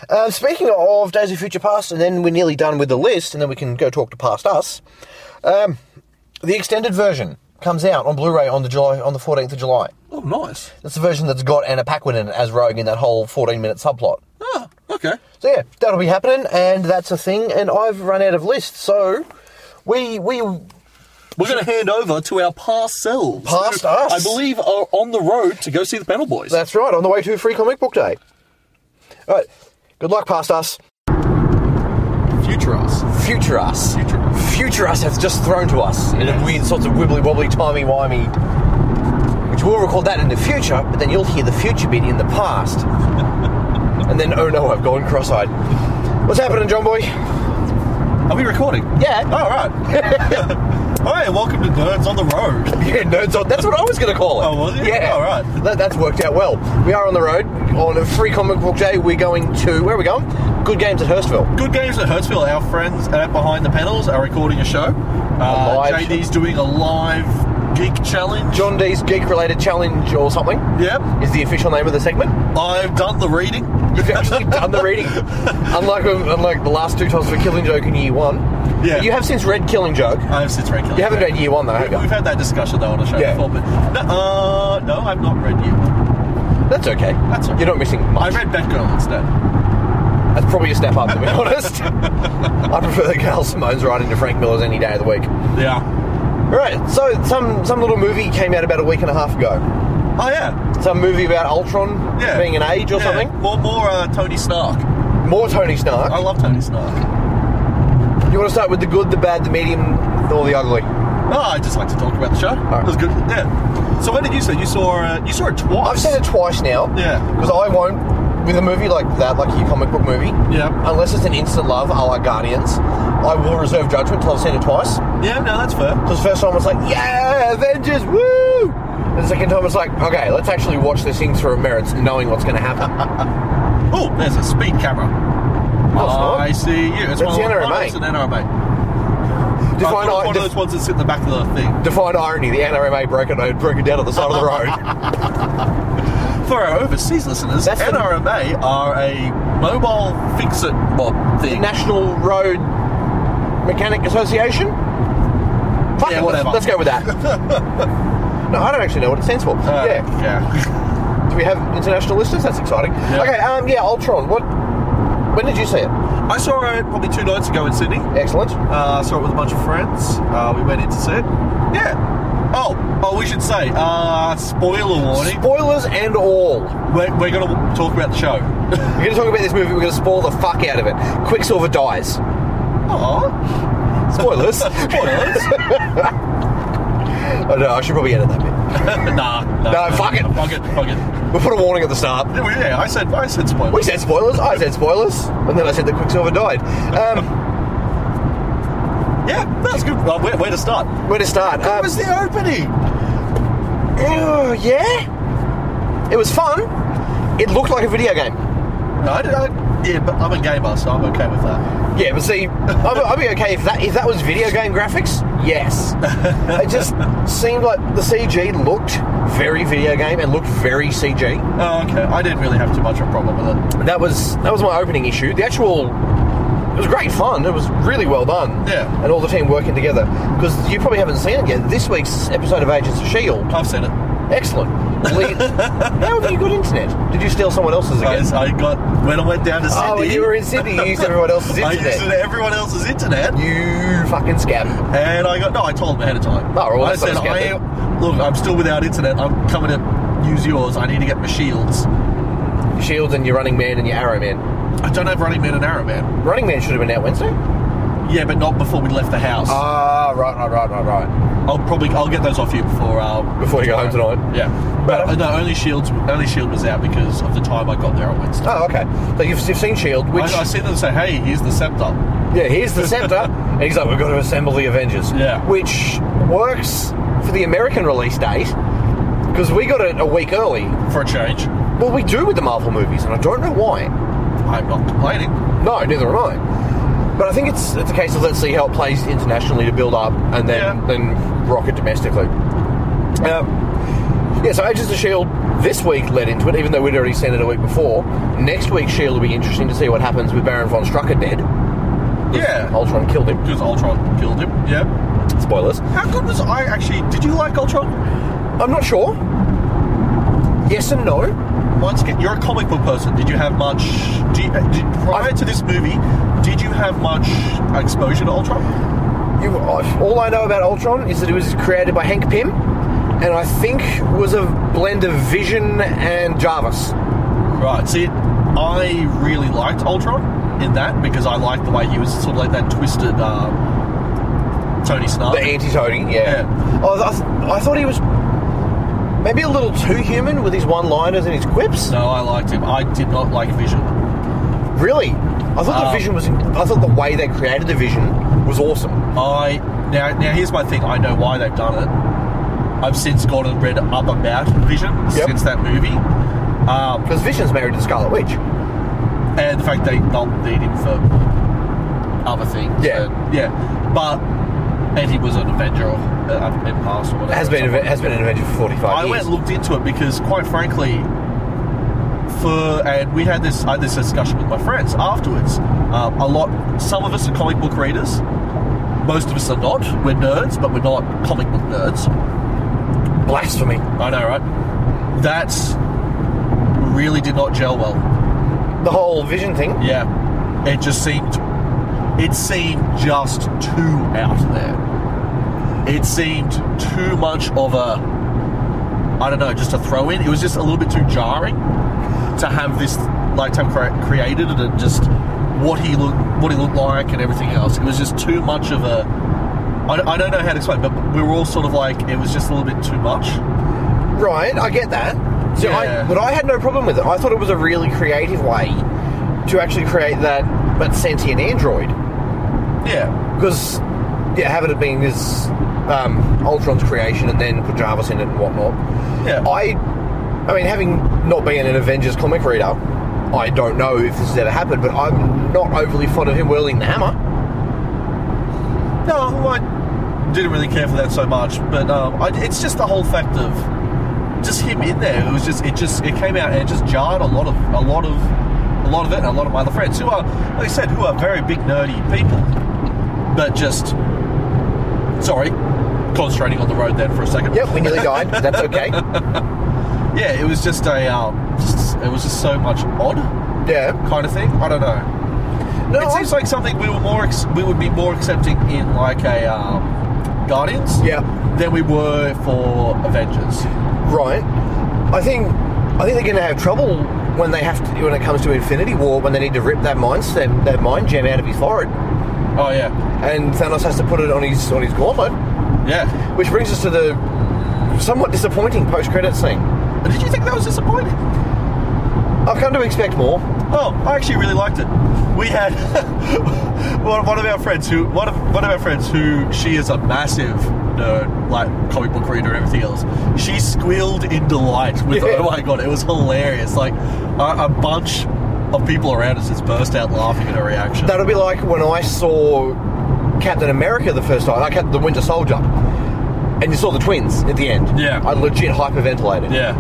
S4: Uh, speaking of Days of Future Past, and then we're nearly done with the list, and then we can go talk to Past Us. Um, the extended version comes out on Blu-ray on the July on the fourteenth of July.
S3: Oh, nice.
S4: That's the version that's got Anna Paquin in it as Rogue in that whole fourteen-minute subplot.
S3: Oh, okay.
S4: So yeah, that'll be happening, and that's a thing. And I've run out of lists, so we we
S3: We're going to hand over to our past selves.
S4: Past
S3: who
S4: us.
S3: I believe are on the road to go see the Panel Boys.
S4: That's right, on the way to Free Comic Book Day. All right, good luck, past us.
S3: future us.
S4: Future us.
S3: Future us.
S4: Future us has just thrown to us in a weird sorts of wibbly wobbly, timey wimey. Which we'll record that in the future, but then you'll hear the future bit in the past. and then, oh no, I've gone cross eyed. What's happening, John Boy? Oh,
S3: Are we recording?
S4: Yeah.
S3: All right. All right. Welcome to Nerds on the Road.
S4: Yeah, nerds on. That's what I was going to call it.
S3: Oh, was it?
S4: Yeah.
S3: All right.
S4: That, that's worked out well. We are on the road on a free comic book day. We're going to, where are we going? Good Games at Hurstville.
S3: Good Games at Hertzville. Our friends at Behind the Panels are recording a show. Uh,
S4: live
S3: JD's doing a live geek challenge.
S4: John D's Geek Related Challenge or something
S3: Yep.
S4: is the official name of the segment.
S3: I've done the reading.
S4: You've actually done the reading, unlike um, unlike the last two times for Killing Joke in Year One.
S3: Yeah.
S4: But you have since read Killing Joke.
S3: I've since read. Killing
S4: You haven't
S3: Joke.
S4: read Year One though, have
S3: We've
S4: you?
S3: had that discussion though on the show
S4: Yeah.
S3: before, but no, uh, no, I've not read you.
S4: That's okay.
S3: That's all right.
S4: You're not missing
S3: I
S4: much.
S3: read Batgirl instead.
S4: That's probably a step up, to be honest. I prefer the Carl Simone's writing to Frank Miller's any day of the week.
S3: Yeah.
S4: Right. So some some little movie came out about a week and a half ago.
S3: Oh yeah.
S4: Some movie about Ultron
S3: Yeah.
S4: being an age or
S3: Yeah.
S4: something.
S3: More, more uh, Tony Stark.
S4: More Tony Stark.
S3: I love Tony Stark. Oh.
S4: You want to start with the good, the bad, the medium, or the ugly?
S3: No, Oh, I just like to talk about the show. It was good. Yeah. So what did you say? You saw uh, you saw it twice.
S4: I've seen it twice now.
S3: Yeah.
S4: Because I won't with a movie like that, like your comic book movie.
S3: Yeah.
S4: Unless it's an instant love, a la Guardians, I will reserve judgment till I've seen it twice.
S3: Yeah, no, that's fair.
S4: Because the first time I was like, yeah, Avengers, woo! And the second time I was like, okay, let's actually watch this thing through merits, knowing what's going to happen.
S3: Oh, there's a speed camera.
S4: No, it's not.
S3: I see you. It's
S4: That's
S3: one
S4: the
S3: of-
S4: NRMA.
S3: oh, it's an NRMA. Uh,
S4: define,
S3: one,
S4: ir-
S3: one of
S4: def-
S3: those ones that sit in the back of the thing.
S4: define irony. The NRMA broke it, broke it down at the side of the road.
S3: For our overseas listeners,
S4: That's the-
S3: NRMA are a mobile fix-it mob thing.
S4: National Road Mechanic Association? Fuck
S3: Yeah,
S4: it,
S3: whatever.
S4: Let's, let's go with that. no, I don't actually know what it stands for.
S3: Uh,
S4: yeah.
S3: yeah.
S4: Do we have international listeners? That's exciting.
S3: Yeah.
S4: Okay, um, yeah, Ultron. What? When did you see it?
S3: I saw it probably two nights ago in Sydney.
S4: Excellent.
S3: Uh, saw it with a bunch of friends. Uh, we went in to see it. Yeah. Oh, oh, we should say. Uh, spoiler warning.
S4: Spoilers and all.
S3: We're, we're going to talk about the show.
S4: We're going to talk about this movie. We're going to spoil the fuck out of it. Quicksilver dies.
S3: Aw.
S4: Spoilers.
S3: Spoilers.
S4: oh, no, I should probably edit that bit.
S3: nah, nah.
S4: No, fuck it.
S3: Fuck it. Fuck it.
S4: We'll put a warning at the start.
S3: Yeah, well, Yeah, I said. I said spoilers.
S4: We said spoilers. I said spoilers, and then I said that Quicksilver died. Um,
S3: Yeah, that's good. Well, where, where to start?
S4: where to start? Um,
S3: That was the opening.
S4: Oh, yeah. It was fun. It looked like a video game.
S3: No, I, I, Uh, yeah, but I'm a gamer, so I'm okay with that.
S4: Yeah, but see, I'd be- I'd be okay if that if that was video game graphics. Yes, it just seemed like the CG looked very video game and looked very CG.
S3: Oh, okay. I didn't really have too much of a problem with it.
S4: That was that was my opening issue. The actual it was great fun. It was really well done.
S3: Yeah.
S4: and all the team working together because you probably haven't seen it yet. This week's episode of Agents of Shield,
S3: I've seen it.
S4: E excellent. Lead- How have you got internet? Did you steal someone else's again?
S3: Guys, I got when I went down to Sydney.
S4: Oh, you were in Sydney. You used everyone else's
S3: I used
S4: internet.
S3: everyone else's internet.
S4: You fucking scab.
S3: And I got no. I told him ahead of time.
S4: Oh, well,
S3: I
S4: that's not
S3: said,
S4: a scam
S3: I
S4: then.
S3: am, look, I'm still without internet. I'm coming to use yours. I need to get my shields.
S4: Shields and your running man and your arrow man.
S3: I don't have running man and arrow man.
S4: Running man should have been out Wednesday.
S3: Yeah, but not before we left the house.
S4: Ah, right, right, right, right, right.
S3: I'll probably I'll get those off you before um,
S4: Before you go home tonight.
S3: Yeah,
S4: But-
S3: but uh, no, only shields. Only shield was out because of the time I got there on Wednesday.
S4: Oh, okay. So you've, you've seen Shield, which
S3: I, I see them say, "Hey, here's the scepter."
S4: yeah, here's the scepter, and he's like, we've got to assemble the Avengers.
S3: Yeah.
S4: which works for the American release date because we got it a week early.
S3: For a change,
S4: Well, we do with the Marvel movies, and I don't know why.
S3: I'm not complaining.
S4: No, neither am I. But I think it's it's a case of let's see how it plays internationally to build up, and then
S3: Yeah.
S4: then rock it domestically. Um, yeah, so Agents of Shield E this week led into it, even though we'd already seen it a week before. Next week, Shield E will be interesting to see what happens with Baron von Strucker dead.
S3: Yeah,
S4: Ultron killed him.
S3: because Ultron killed him. Yeah.
S4: Spoilers.
S3: How good was I actually? Did you like Ultron?
S4: I'm not sure. Yes and no.
S3: Once again, you're a comic book person. Did you have much? Do you, uh, did, prior
S4: I've-
S3: to this movie, did you have much exposure to Ultron?
S4: You, uh, all I know about Ultron is that it was created by Hank Pym, and I think was a blend of Vision and Jarvis.
S3: Right. See, I really liked Ultron in that because I liked the way he was sort of like that twisted um, Tony Stark.
S4: The anti-Tony, yeah.
S3: Yeah.
S4: Oh, I, th- I thought he was maybe a little too human with his one-liners and his quips.
S3: No, I liked him. I did not like Vision.
S4: Really, I thought
S3: Um,
S4: the vision was. I thought the way they created the vision was awesome.
S3: I now now here's my thing. I know why they've done it. I've since gone and read up about Vision
S4: Yep.
S3: since that movie, um,
S4: Because Vision's married to Scarlet Witch.
S3: and the fact they don't need him for other things.
S4: Yeah.
S3: And- yeah. But and he was an Avenger or, uh, in past or whatever.
S4: Has been
S3: Someone-
S4: has been an Avenger for forty-five
S3: I went
S4: years.
S3: and looked into it because, quite frankly, for and we had this I had this discussion with my friends afterwards. Um, a lot, some of us are comic book readers, most of us are not. We're nerds, but we're not comic book nerds.
S4: Blasphemy.
S3: I know, right? That's really did not gel well.
S4: The whole vision thing.
S3: Yeah, it just seemed it seemed just too out there. It seemed too much of a I don't know, just a throw in. It was just a little bit too jarring to have this like to have cre- created it and just what he looked what he looked like and everything else. It was just too much of a I, I don't know how to explain, but we were all sort of like, it was just a little bit too much.
S4: Right, I get that. So I,
S3: Yeah.
S4: but I had no problem with it. I thought it was a really creative way to actually create that, but sentient android.
S3: Yeah.
S4: Because, yeah, have it been this um, Ultron's creation and then put Jarvis in it and whatnot.
S3: Yeah.
S4: I, I mean, having not been an Avengers comic reader, I don't know if this has ever happened, but I'm not overly fond of him wielding the hammer.
S3: no, I didn't really care for that so much, but um, I, it's just the whole fact of just him in there. It was just, it just, it came out and it just jarred a lot of, a lot of, a lot of it, and a lot of my other friends who are, like I said, who are very big nerdy people, but just, sorry, concentrating on the road then for a second.
S4: Yep, we nearly died. That's okay.
S3: Yeah, it was just a, um, just, it was just so much odd.
S4: Yeah.
S3: kind of thing. I don't know.
S4: No,
S3: it seems like something we were more ex- we would be more accepting in like a um, Guardians,
S4: Yeah.
S3: than we were for Avengers.
S4: Right. I think I think they're going to have trouble when they have to when it comes to Infinity War when they need to rip that mind stem that mind gem out of his forehead,
S3: Oh yeah,
S4: and Thanos has to put it on his on his gauntlet,
S3: yeah.
S4: which brings us to the somewhat disappointing post credit scene.
S3: But did you think that was disappointing?
S4: I've come to expect more.
S3: Oh, I actually really liked it. We had one one of our friends who one of one of our friends who she is a massive nerd, like comic book reader and everything else. She squealed in delight with
S4: Yeah.
S3: oh my god, it was hilarious. Like a, a bunch of people around us just burst out laughing at her reaction.
S4: That'll be like when I saw Captain America the first time, like Cap- the Winter Soldier, and you saw the twins at the end.
S3: Yeah.
S4: I legit hyperventilated.
S3: yeah,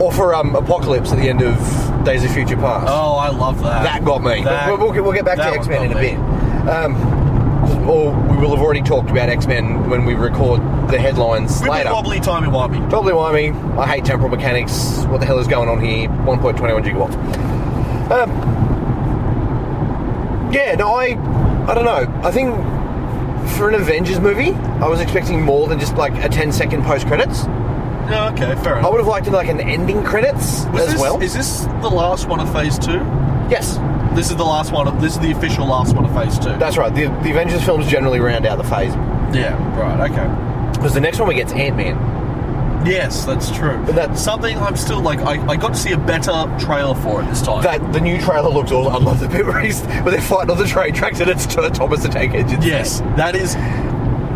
S4: Or for um, Apocalypse at the end of Days of Future Past.
S3: Oh, I love that.
S4: That got me.
S3: That-
S4: we'll, we'll, get- we'll get back to
S3: that one
S4: X Men in a
S3: got me.
S4: bit. Um, or we will have already talked about X Men when we record the headlines
S3: We've
S4: later.
S3: been wobbly timey wimey.
S4: Probably why me. I hate temporal mechanics. What the hell is going on here? 1.21 gigawatts. Um, yeah, no, I, I don't know. I think for an Avengers movie, I was expecting more than just like a 10 second post credits.
S3: Yeah, okay, fair
S4: I
S3: enough.
S4: would have liked like an ending credits
S3: Was
S4: Oh, as
S3: this,
S4: well.
S3: Is this the last one of Phase Two?
S4: yes,
S3: This is the last one. Of, this is the official last one of Phase Two.
S4: that's right. The, the Avengers films generally round out the phase.
S3: yeah, right. Okay.
S4: Because the next one we get's Ant Man.
S3: Yes, that's true.
S4: But that-
S3: something I'm still like. I, I got to see a better trailer for it this time.
S4: That the new trailer looks awesome. I love the bit where, he's, where they're fighting on the train tracks and it's Tur- Thomas the Tank Engine.
S3: yes, that is.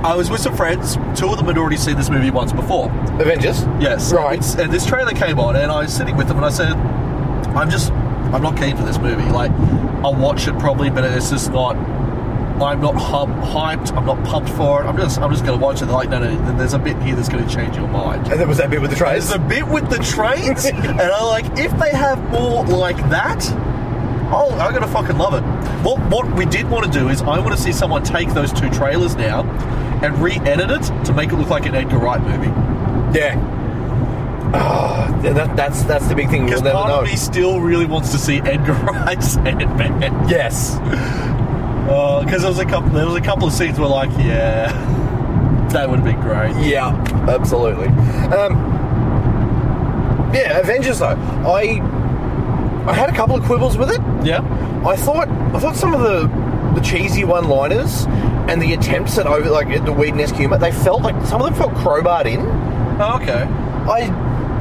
S3: I was with some friends. Two of them had already seen this movie once before.
S4: Avengers.
S3: Yes,
S4: Right.
S3: It's, and this trailer came on, and I was sitting with them, and I said, "I'm just, I'm not keen for this movie. Like, I'll watch it probably, but it's just not. I'm not hum, hyped. I'm not pumped for it. I'm just, I'm just going to watch it. They're like, no, no, there's a bit here that's going to change your mind.
S4: And there was that bit with the trains.
S3: There's a bit with the trains, and I'm like, if they have more like that, oh, I'm gonna fucking love it. What what we did want to do is I want to see someone take those two trailers now and re-edit it to make it look like an Edgar Wright movie.
S4: Yeah. Ah, yeah, that, that's that's the big thing. You'll
S3: Because
S4: never
S3: part
S4: know.
S3: of me still really wants to see Edgar Wright's Sandman.
S4: Yes.
S3: Because Oh, there was a couple, there was a couple of scenes where like, yeah, that would have been great.
S4: Yeah. Absolutely. Um, yeah, Avengers though. I I had a couple of quibbles with it.
S3: Yeah,
S4: I thought I thought some of the the cheesy one-liners and the attempts at over like at the weird-esque humor, they felt like some of them felt crowbarred in.
S3: Oh, okay.
S4: I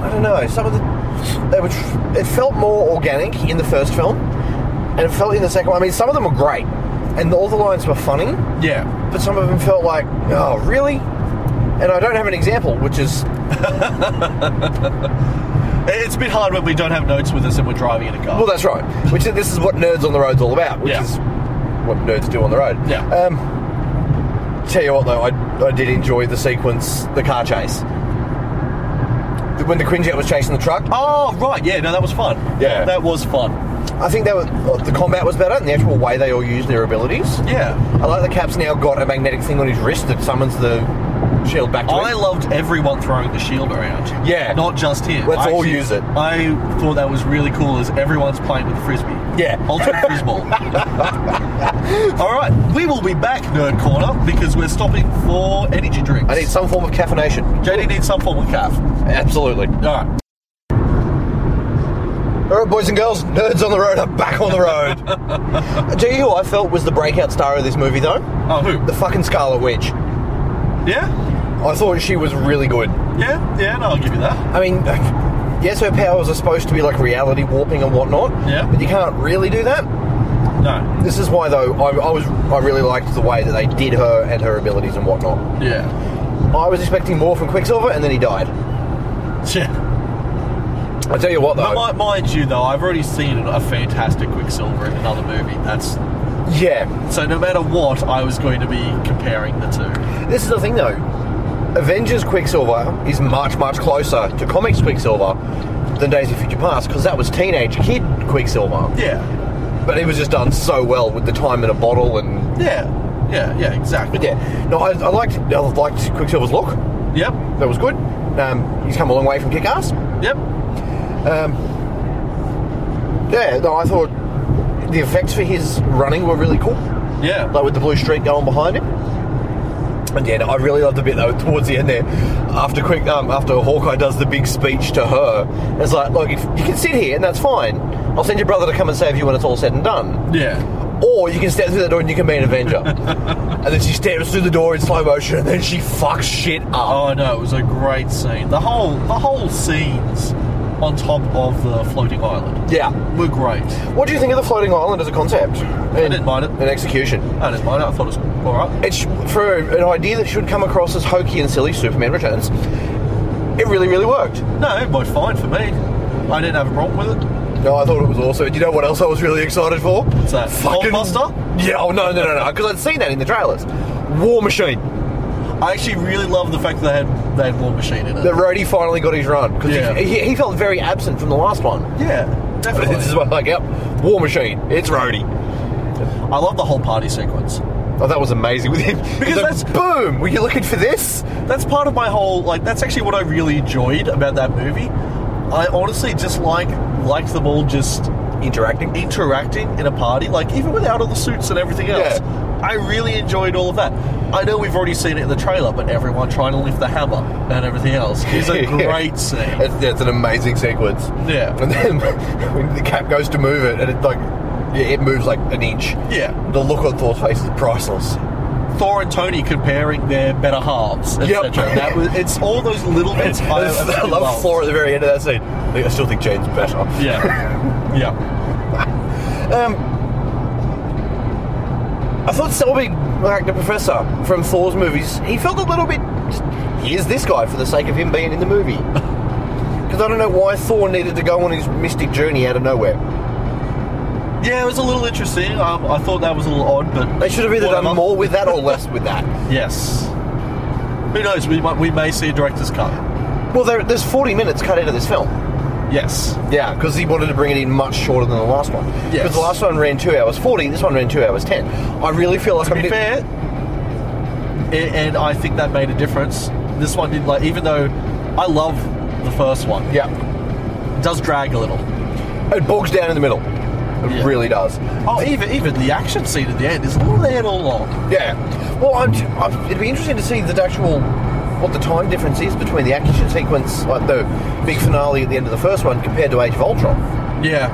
S4: I don't know. Some of the they were tr- it felt more organic in the first film, and it felt in the second one. I mean, some of them were great, and all the lines were funny,
S3: Yeah,
S4: but some of them felt like, oh, really? And I don't have an example, which is
S3: It- it's a bit hard when we don't have notes with us and we're driving in a car.
S4: well, that's right. Which is, this is what nerds on the road's all about, which
S3: Yeah.
S4: is what nerds do on the road.
S3: Yeah.
S4: Um, tell you what though, I, I did enjoy the sequence, the car chase. When the Quinjet was chasing the truck,
S3: Oh right, yeah, no, that was fun.
S4: Yeah.
S3: that was fun.
S4: I think that was, the combat was better and the actual way they all use their abilities.
S3: Yeah,
S4: I like that Cap's now got a magnetic thing on his wrist that summons the shield back to
S3: I
S4: him.
S3: loved everyone throwing the shield around.
S4: Yeah.
S3: not just him.
S4: Let's
S3: I
S4: all use it.
S3: I thought that was really cool. Is everyone's playing with the frisbee?
S4: Yeah.
S3: ultimate frisball. all right, we will be back, Nerd Corner, because we're stopping for energy drinks.
S4: I need some form of caffeination.
S3: JD needs some form of calf.
S4: Absolutely.
S3: All right.
S4: All right, boys and girls, nerds on the road are back on the road. Do you know who I felt was the breakout star of this movie, though?
S3: Oh,
S4: The
S3: who?
S4: fucking Scarlet Witch.
S3: Yeah?
S4: I thought she was really good.
S3: Yeah? Yeah, no, I'll give you that.
S4: I mean, yes, her powers are supposed to be like reality warping and whatnot.
S3: Yeah.
S4: But you can't really do that.
S3: No.
S4: This is why, though, I, I was I really liked the way that they did her and her abilities and whatnot.
S3: Yeah.
S4: I was expecting more from Quicksilver, and then he died.
S3: Yeah.
S4: I tell you what, though.
S3: But mi- mind you, though, I've already seen a fantastic Quicksilver in another movie. That's
S4: yeah.
S3: so. No matter what, I was going to be comparing the two.
S4: This is the thing, though. Avengers Quicksilver is much, much closer to comics Quicksilver than Days of Future Past because that was teenage kid Quicksilver.
S3: Yeah.
S4: But it was just done so well with the time in a bottle and.
S3: Yeah. Yeah. Yeah. Exactly.
S4: But yeah, no, I, I liked I liked Quicksilver's look.
S3: Yep.
S4: That was good. Um, he's come a long way from Kick-Ass.
S3: Yep.
S4: Um, yeah, no, I thought the effects for his running were really cool,
S3: Yeah.
S4: like with the blue streak going behind him. And yeah, no, I really loved the bit though towards the end there, after quick, um, after Hawkeye does the big speech to her, it's like, look, if you can sit here and that's fine. I'll send your brother to come and save you when it's all said and done.
S3: yeah.
S4: Or you can step through the door and you can be an Avenger. and then she steps through the door in slow motion and then she fucks shit up.
S3: Oh no, it was a great scene. The whole the whole scenes on top of the floating island
S4: Yeah.
S3: were great.
S4: What do you think of the floating island as a concept? And,
S3: didn't mind it.
S4: And execution.
S3: I didn't mind it. I thought it was all right.
S4: It's for an idea that should come across as hokey and silly. Superman Returns. It really, really worked.
S3: No, it was fine for me. I didn't have a problem with it.
S4: No, I thought it was awesome. Do you know what else I was really excited for?
S3: What's that? Hulkbuster?
S4: Yeah. Oh no, no, no, no. Because I'd seen that in the trailers. War Machine.
S3: I actually really love the fact that they had they had War Machine in it.
S4: The roadie finally got his run because
S3: Yeah.
S4: he, he, he felt very absent from the last one.
S3: yeah,
S4: But
S3: definitely.
S4: this is what like, yep, War Machine. It's roadie.
S3: I love the whole party sequence.
S4: Oh, that was amazing with him.
S3: Because
S4: Like,
S3: that's-
S4: boom. Were you looking for this?
S3: That's part of my whole like. That's actually what I really enjoyed about that movie. I honestly just like liked them all just
S4: Interacting.
S3: interacting in a party, like even without all the suits and everything else.
S4: Yeah.
S3: I really enjoyed all of that. I know we've already seen it in the trailer, but everyone trying to lift the hammer and everything else is a great scene.
S4: It's, yeah, it's an amazing sequence.
S3: Yeah.
S4: And then when the cap goes to move it, and it like yeah, it moves like an inch.
S3: Yeah,
S4: The look on Thor's face is priceless.
S3: Thor and Tony comparing their better halves,
S4: Yep.
S3: etc. That was It's all those little bits. I,
S4: I, I
S3: absolutely
S4: love Thor at the very end of that scene. I still think Jane's better.
S3: Yeah, yeah.
S4: Um, I thought Selby, like the professor from Thor's movies, he felt a little bit. Here's this guy for the sake of him being in the movie. Because I don't know why Thor needed to go on his mystic journey out of nowhere.
S3: Yeah, it was a little interesting. Um, I thought that was a little odd, but
S4: They should have either
S3: Whatever.
S4: done more with that or less with that.
S3: Yes. Who knows? We might, we may see a director's cut.
S4: Well, there, there's 40 minutes cut into this film.
S3: Yes.
S4: Yeah, because he wanted to bring it in much shorter than the last one. Because
S3: Yes.
S4: the last one ran two hours 40, this one ran two hours 10. I really feel like
S3: to
S4: I'm
S3: be fair, a- and I think that made a difference. This one did like, even though I love the first one,
S4: Yeah.
S3: it does drag a little.
S4: It bogs down in the middle. It
S3: Yeah.
S4: really does.
S3: Oh, even even the action scene at the end is a little long.
S4: Yeah. Well, I'm, I'm, it'd be interesting to see the actual. What the time difference is between the action sequence, like the big finale at the end of the first one, compared to Age of Ultron.
S3: Yeah,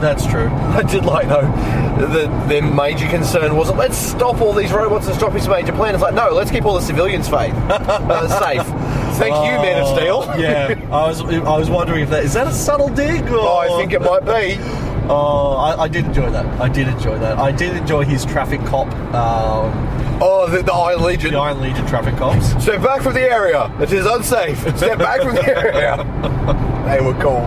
S3: that's true.
S4: I did like though that their major concern wasn't let's stop all these robots and stop his major plan. It's like no, let's keep all the civilians safe. uh, safe. Thank you, Man of
S3: Oh,
S4: Steel.
S3: yeah, I was I was wondering if that is that a subtle dig? Or,
S4: Oh, I think it might be.
S3: Oh, I, I did enjoy that. I did enjoy that. I did enjoy his traffic cop, um,
S4: Oh, the, the Iron Legion.
S3: the Iron Legion traffic cops.
S4: Step back from the area. It is unsafe. Step back from the area. they were cool.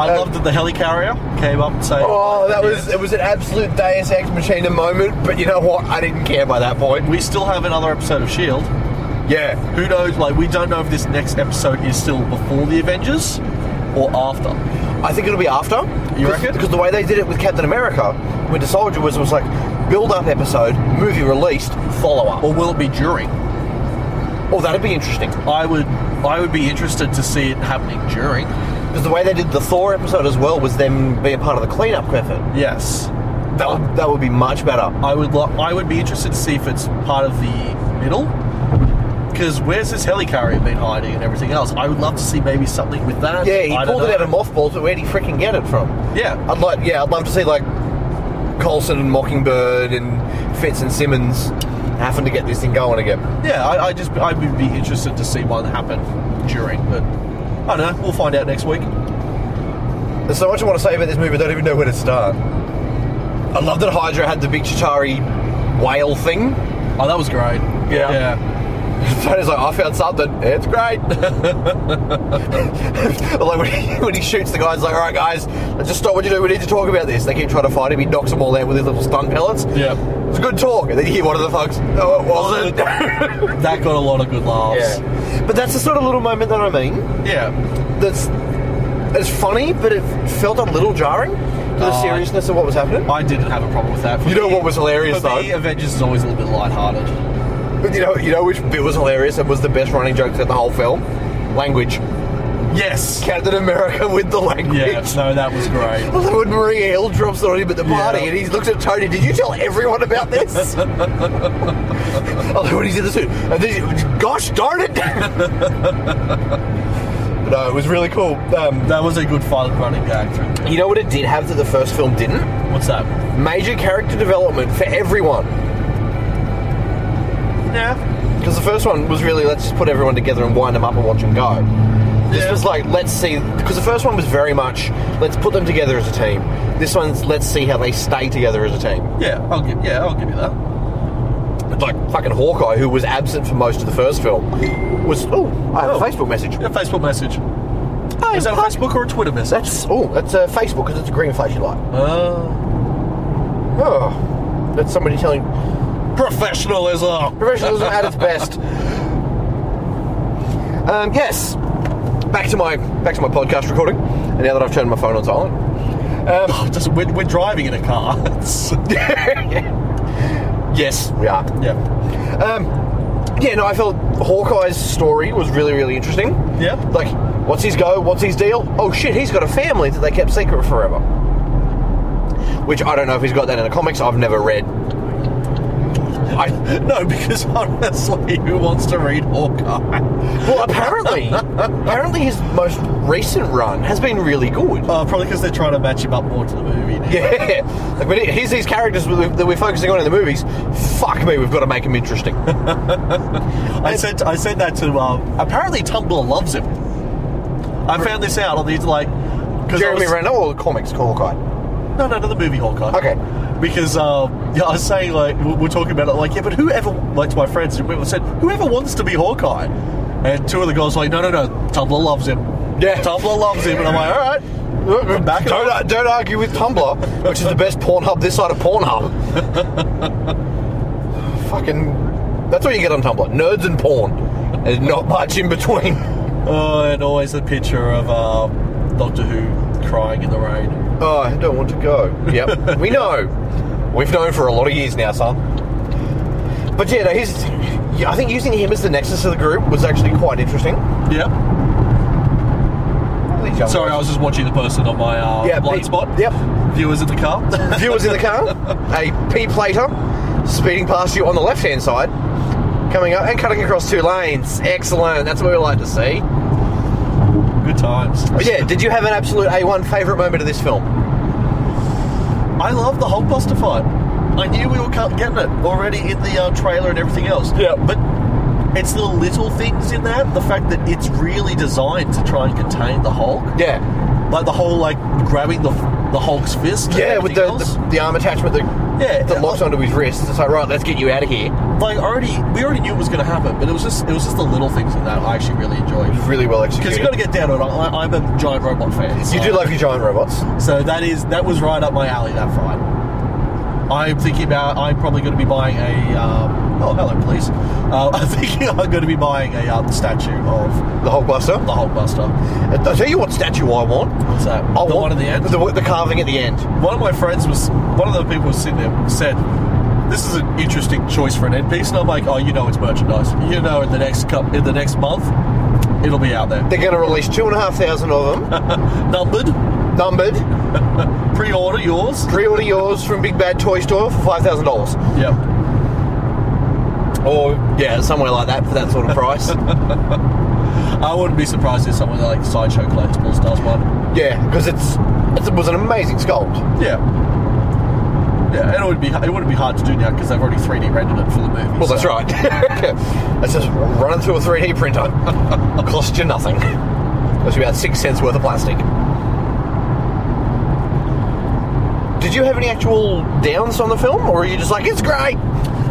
S3: I
S4: Uh,
S3: loved that the helicarrier came up and said,
S4: Oh, that was it was an absolute Deus Ex Machina moment. But you know what? I didn't care by that point.
S3: We still have another episode of Shield.
S4: Yeah.
S3: E Who knows? Like, we don't know if this next episode is still before the Avengers or after.
S4: I think it'll be after.
S3: You
S4: 'Cause-
S3: reckon?
S4: Because the way they did it with Captain America, Winter Soldier was was like build up episode, movie released, follow up.
S3: Or will it be during?
S4: Oh, that'd be interesting.
S3: I would, I would be interested to see it happening during.
S4: Because the way they did the Thor episode as well was them being part of the cleanup effort.
S3: Yes,
S4: That would, that would be much better.
S3: I would. Lo- I would be interested to see if it's part of the middle Because where's this helicarrier been hiding and everything else? I would love to see maybe something with that.
S4: Yeah, he
S3: I don't
S4: pulled it
S3: know.
S4: out of mothballs, but where would he freaking get it from?
S3: Yeah.
S4: I'd like, yeah, I'd love to see like Colson and Mockingbird and Fitz and Simmons having to get this thing going again.
S3: Yeah, I, I just I would be interested to see one happen during, but I don't know. We'll find out next week.
S4: There's so much I want to say about this movie. I don't even know where to start. I love that Hydra had the big Chitari whale thing.
S3: Oh, that was great.
S4: Yeah.
S3: yeah.
S4: Tony's like, I found something. It's great. like when he, when he shoots the guys, like, all right, guys, let's just stop what you do. We need to talk about this. They keep trying to fight him. He knocks them all out with his little stun pellets.
S3: Yeah.
S4: It's a good talk. And then you hear one of the thugs, no, it wasn't.
S3: That got a lot of good laughs.
S4: But that's the sort of little moment that I mean.
S3: Yeah.
S4: That's it's funny, but it felt a little jarring to the
S3: Oh, I-
S4: seriousness of what was happening.
S3: I didn't have a problem with that. For
S4: You know
S3: me-
S4: what was hilarious
S3: For me,
S4: though?
S3: Avengers is always a little bit lighthearted.
S4: You know, you know which bit was hilarious and was the best running joke throughout the whole film. Language.
S3: Yes.
S4: Captain America with the language.
S3: Yeah. No, that was great.
S4: Although when Maria Hill drops on him at the party
S3: Yeah.
S4: and he looks at Tony, did you tell everyone about this? Although when he's in the suit, and then he- gosh darn it! no, it was really cool. Um,
S3: That was a good fun running gag through.
S4: you know what it did have that the first film didn't?
S3: What's that?
S4: Major character development for everyone.
S3: Yeah.
S4: Because the first one was really let's just put everyone together and wind them up and watch them go. This
S3: Yeah.
S4: was like let's see because the first one was very much let's put them together as a team. This one's let's see how they stay together as a team.
S3: Yeah. I'll give. Yeah. I'll give you that.
S4: Like fucking Hawkeye, who was absent for most of the first film, was oh I have
S3: Oh.
S4: a Facebook message.
S3: A Facebook message.
S4: Hey,
S3: Is that a
S4: fuck.
S3: Facebook or a Twitter message?
S4: That's oh that's uh, Facebook because it's a green flashing light.
S3: Uh,
S4: Oh, that's somebody telling
S3: professionalism.
S4: professionalism at its best. Um, yes, back to my back to my podcast recording. And now that I've turned my phone on silent.
S3: Oh, just, we're, we're driving in a car. It's- yes.
S4: We are.
S3: Yeah.
S4: Um, Yeah, no, I felt Hawkeye's story was really, really interesting.
S3: Yeah.
S4: Like, what's his go? What's his deal? Oh shit, he's got a family that they kept secret forever. Which I don't know if he's got that in the comics. I've never read. I,
S3: No, because honestly, who wants to read Hawkeye?
S4: well, apparently, apparently his most recent run has been really good.
S3: Uh, probably because they're trying to match him up more to the movie. Now.
S4: Yeah, like when it- here's these characters that we- that we're focusing on in the movies. Fuck me, we've got to make them interesting.
S3: I said I said that to. Um, apparently, Tumblr loves him. I found this out on these like. 'cause I
S4: Jeremy
S3: was-
S4: Renner or the comics, Hawkeye.
S3: No, no, no, the movie Hawkeye.
S4: Okay.
S3: Because um, yeah, I was saying like we we're talking about it like yeah, but whoever like to my friends we said whoever wants to be Hawkeye, and two of the guys were like no no no Tumblr loves him.
S4: Yeah.
S3: Tumblr loves him, and I'm like "Oh." all right. I'm back it
S4: don't,
S3: up.
S4: don't argue with Tumblr, which is the best porn hub this side of Pornhub. Fucking. That's what you get on Tumblr nerds and porn. There's not much in between.
S3: Oh, and always the picture of um, Doctor Who crying in the rain.
S4: Oh, I don't want to go. Yep, we know. We've known for a lot of years now, son. But yeah, no, he's. yeah, I think using him as the nexus of the group was actually quite interesting.
S3: Yep. Sorry, I was just watching the person on my uh,
S4: Yeah,
S3: blind
S4: Pete.
S3: spot.
S4: Yep.
S3: Viewers in the car.
S4: viewers in the car, a P plater speeding past you on the left hand side, coming up and cutting across two lanes. Excellent. That's what we like to see.
S3: Good times.
S4: But yeah, did you have an absolute A1 favourite moment of this film?
S3: I love the Hulkbuster fight. I knew we were cut- getting it already in the uh, trailer and everything else.
S4: Yeah.
S3: But it's the little things in that. The fact that it's really designed to try and contain the Hulk.
S4: Yeah.
S3: Like the whole like grabbing the the Hulk's fist. and
S4: Yeah, with the,
S3: everything else.
S4: the, the arm attachment that,
S3: Yeah, uh,
S4: that locks onto his wrist. It's like, right, let's get you out of here.
S3: like already we already knew it was going to happen, but it was just it was just the little things in that I actually really enjoyed.
S4: Really well
S3: Because
S4: executed.
S3: you got to get down on it. I, I'm a giant robot fan.
S4: You
S3: so-
S4: do love your giant robots.
S3: So that is that was right up my alley. That fight. I'm thinking about. I'm probably going to be buying a. Um, oh, hello, police. Uh, I'm thinking I'm going to be buying a um, statue of
S4: The
S3: the
S4: Hulkbuster.
S3: Hulkbuster.
S4: I'll tell you what statue I want.
S3: What's that?
S4: I
S3: the
S4: want
S3: one at the end.
S4: Oh, The, the carving at the end.
S3: one of my friends was. One of the people was sitting there said. This is an interesting choice for an end piece, and I'm like, oh, you know, it's merchandise. You know, in the next cup, in the next month, it'll be out there,
S4: They're going to release two and a half thousand of them,
S3: numbered.
S4: numbered,
S3: Pre-order yours.
S4: Pre-order yours from Big Bad Toy Store for five thousand dollars.
S3: Yep.
S4: or yeah, somewhere like that for that sort of price.
S3: I wouldn't be surprised if someone like Sideshow Collectibles does one.
S4: yeah, because it's, it's it was an amazing sculpt.
S3: Yeah. Yeah, and it would be it wouldn't be hard to do now because they've already 3D rendered it for the movie.
S4: Well, that's
S3: so-
S4: right. that's just running through a 3D printer. Cost you nothing. That's about six cents worth of plastic. Did you have any actual downs on the film, or are you just like it's great?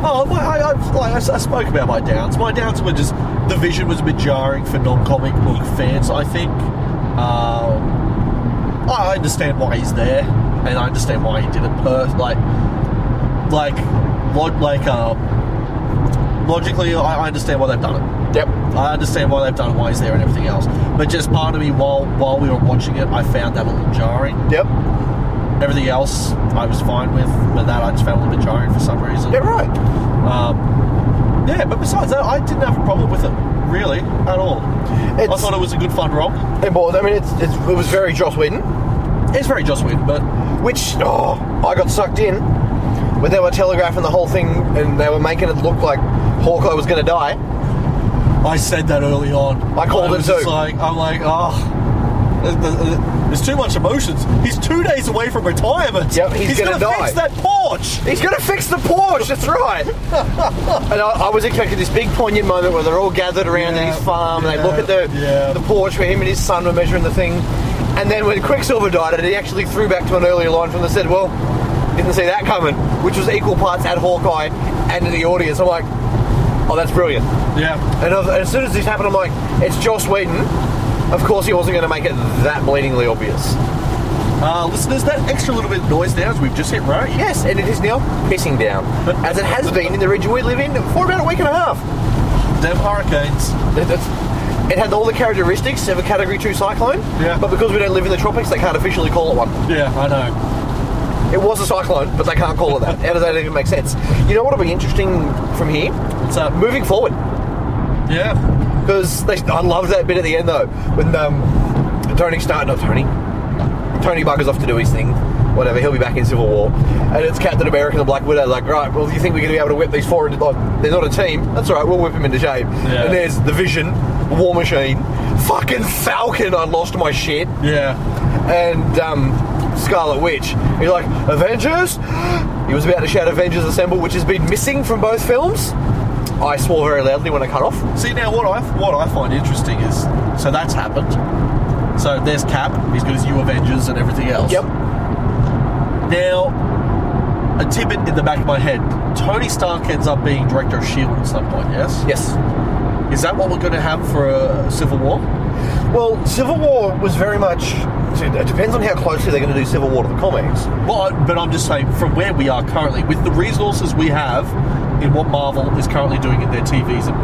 S3: Oh, my, I, I, like I, s- I spoke about my downs. My downs were just the vision was a bit jarring for non-comic book fans. I think um, I I understand why he's there, and I understand why he did it. Per like, like, log, like, um, logically, I, I understand why they've done it.
S4: Yep.
S3: I understand why they've done why he's there and everything else. But just part of me, while while we were watching it, I found that a little jarring.
S4: Yep.
S3: Everything else, I was fine with, but that I just found a little bit jarring for some reason.
S4: Yeah. Right.
S3: Um, yeah, but besides that, I didn't have a problem with it really at all. I
S4: It's-
S3: thought it was a good fun romp.
S4: It was. I mean, it's, it's it was very Joss Whedon.
S3: It's very Joss Whedon, but
S4: which oh, I got sucked in when they were telegraphing the whole thing and they were making it look like Hawkeye was going to die.
S3: I said that early on.
S4: I called it
S3: was
S4: too.
S3: just Like I'm like, oh, there's- there's there's too much emotions. He's two days away from retirement.
S4: Yep, he's
S3: gonna,
S4: gonna
S3: fix
S4: die.
S3: that porch.
S4: He's going to fix the Porsche. That's right. and I, I was expecting this big poignant moment where they're all gathered around
S3: Yeah,
S4: at his farm and they
S3: yeah,
S4: look at the
S3: yeah.
S4: the Porsche where him and his son were measuring the thing. And then when Quicksilver died, it actually threw back to an earlier line from the said, "Well, didn't see that coming," which was equal parts at Hawkeye and in the audience. I'm like, "Oh, that's brilliant."
S3: Yeah,
S4: And as- as soon as this happened, I'm like, it's Joss Whedon. Of course, he wasn't going to make it that bleedingly obvious.
S3: uh, listeners, that extra little bit of noise now as we've just hit right.
S4: Yes, and it is now pissing down, as it has been in the region we live in for about a week and a half.
S3: Damn hurricanes.
S4: It- it's- it had all the characteristics of a Category 2 cyclone,
S3: Yeah.
S4: but because we don't live in the tropics, they can't officially call it one.
S3: Yeah, I know.
S4: It was a cyclone, but they can't call it that. How does that even make sense? You know what will be interesting from here?
S3: What's up?
S4: Moving forward.
S3: uh, Yeah,
S4: Because I loved that bit at the end though, when um, Tony Stark, not Tony, Tony buggers off to do his thing, whatever. He'll be back in Civil War, and it's Captain America and the Black Widow. Like, right, well, you think we're going to be able to whip these four into? Like, they're not a team. That's all right. We'll whip them into shape.
S3: Yeah.
S4: And there's the Vision, War Machine, fucking Falcon. I lost my shit,
S3: yeah.
S4: and um, Scarlet Witch. You're like Avengers. He was about to shout Avengers Assemble, which has been missing from both films. I swore very loudly when I cut off.
S3: See now, what I what I find interesting is so that's happened. So there's Cap. He's got his new Avengers and everything else.
S4: Yep.
S3: Now, a tidbit in the back of my head: Tony Stark ends up being director of Shield E at some point. Yes.
S4: Yes.
S3: Is that what we're going to have for a Civil War?
S4: Well, Civil War was very much. It depends on how closely they're going to do Civil War to the comics.
S3: Well, I, but I'm just saying, from where we are currently, with the resources we have, in what Marvel is currently doing in their TVs and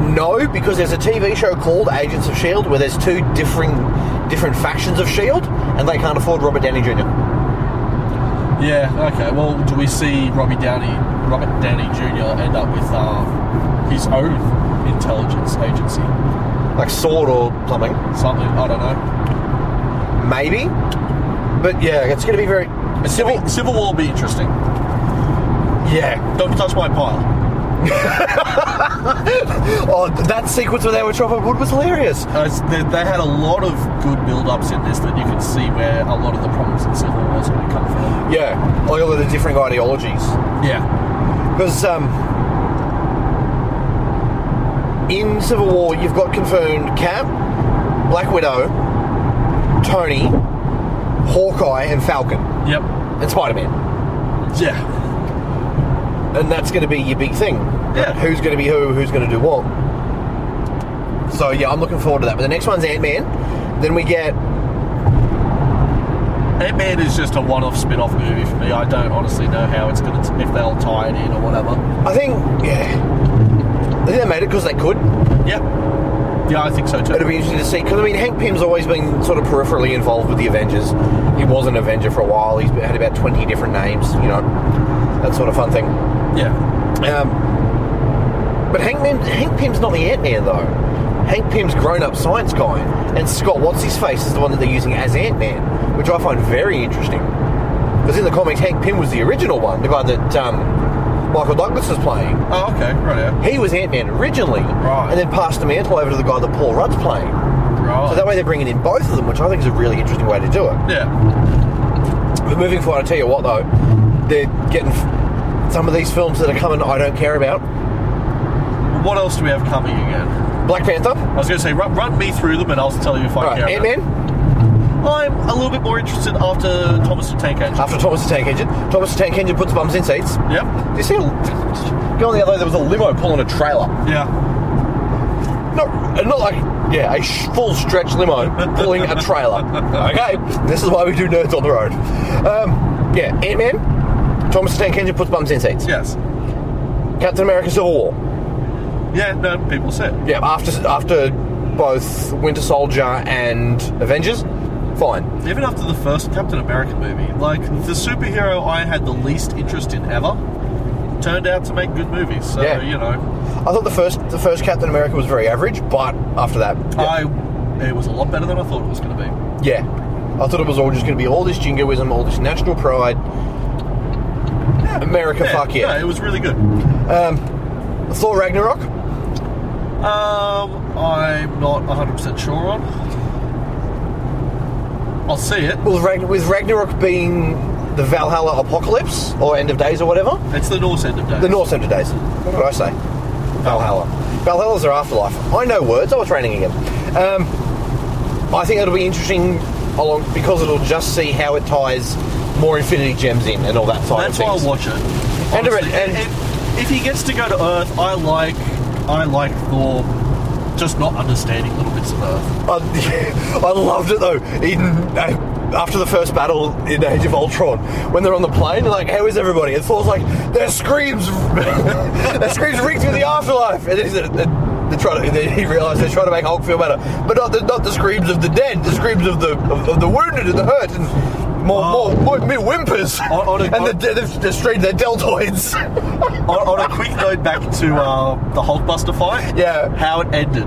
S3: movies.
S4: No, because there's a TV show called Agents of Shield E where there's two differing different factions of Shield, E and they can't afford Robert Downey Jr.
S3: Yeah. Okay. Well, do we see Robbie Downey, Robert Downey Jr. end up with um, his own intelligence agency?
S4: Like Sword or something,
S3: Something I don't know.
S4: maybe. But yeah, it's going to be very
S3: Civil, Civil War will be interesting.
S4: Yeah.
S3: Don't touch my pile.
S4: Oh, that sequence where they were chopping wood was hilarious.
S3: Uh, it's- they, they had a lot of good build-ups in this that you can see where a lot of the problems in Civil War is going to come from.
S4: Yeah, like all of the different ideologies.
S3: Yeah.
S4: Because um, in Civil War, you've got confirmed Cap, Black Widow, Tony, Hawkeye, and Falcon,
S3: Yep.
S4: and Spider Man.
S3: Yeah.
S4: And that's going to be your big thing.
S3: Yeah.
S4: Who's going to be who, who's going to do what. So, yeah, I'm looking forward to that. But the next one's Ant Man. Then we get.
S3: Ant Man is just a one-off spin-off movie for me. I don't honestly know how it's going to if they'll tie it in or whatever.
S4: I think. Yeah. I think they made it because they could.
S3: Yep. Yeah, I think so too.
S4: It'll be interesting to see because I mean Hank Pym's always been sort of peripherally involved with the Avengers. He was an Avenger for a while. He's had about twenty different names, you know, that sort of fun thing.
S3: yeah.
S4: Um, but Hank, Pym, Hank Pym's not the Ant Man though. Hank Pym's grown-up science guy, and Scott What's His Face is the one that they're using as Ant Man, which I find very interesting. Because in the comics, Hank Pym was the original one, the guy that um, Michael Douglas is playing.
S3: Oh, okay, right out.
S4: He was Ant Man originally,
S3: Right.
S4: and then passed the mantle over to the guy that Paul Rudd's playing.
S3: Right.
S4: So that way they're bringing in both of them, which I think is a really interesting way to do it.
S3: yeah.
S4: But moving forward, I tell you what though, they're getting f- some of these films that are coming. I don't care about
S3: What else do we have coming again?
S4: Black Panther.
S3: I was going to say, run, run me through them and I'll tell you if I
S4: All right,
S3: care.
S4: Ant
S3: about it.
S4: Man
S3: I'm a little bit more interested after Thomas the Tank Engine.
S4: after Thomas the Tank Engine. Thomas the Tank Engine puts bums in seats. Do
S3: Yep.
S4: you see? A, go on the other. There was a limo pulling a trailer.
S3: Yeah.
S4: Not, uh, not like yeah, a sh- full stretch limo pulling a trailer. Okay, this is why we do nerds on the road. Um, yeah, Ant Man. Thomas the Tank Engine puts bums in seats.
S3: Yes.
S4: Captain America: Civil War.
S3: Yeah, no, people said.
S4: Yeah, after after both Winter Soldier and Avengers, fine.
S3: Even after the first Captain America movie, like the superhero I had the least interest in ever turned out to make good movies. So,
S4: Yeah.
S3: you know,
S4: I thought the first the first Captain America was very average, but after that,
S3: Uh, I it was a lot better than I thought it was going to be.
S4: yeah, I thought it was all just going to be all this jingoism, all this national pride. America, fuck
S3: yeah.
S4: yeah.
S3: No, it was really good.
S4: Thor Ragnarok,
S3: Um, I'm not 100% sure on. I'll see it.
S4: with, Ragn- with Ragnarok being the Valhalla apocalypse or end of days or whatever,
S3: It's the Norse end of days.
S4: the Norse end of days. What did I say? Valhalla. Valhalla's their afterlife. I know words. I was training again. Um, I think it'll be interesting along because it'll just see how it ties more Infinity Gems in and all that side
S3: That's
S4: of
S3: why
S4: things.
S3: I'll watch it.
S4: And a red-
S3: Honestly,
S4: and-
S3: if- if he gets to go to Earth, I like I like Thor just not understanding little bits of Earth.
S4: I, I loved it though. In, uh, after the first battle in Age of Ultron, when they're on the plane, they're like, "How is everybody?" And Thor's like, "Their screams, their screams ring through the afterlife." And he's, uh, uh, they're trying to, they, he realised they're trying to make Hulk feel better, but not the, not the screams of the dead, the screams of the of, of the wounded and the hurt and more
S3: Oh.
S4: more, more whimpers
S3: On- on a-
S4: and the,
S3: on-
S4: the, the, the strange their deltoids.
S3: on, on a quick note back to uh, the Hulkbuster fight.
S4: Yeah.
S3: How it ended.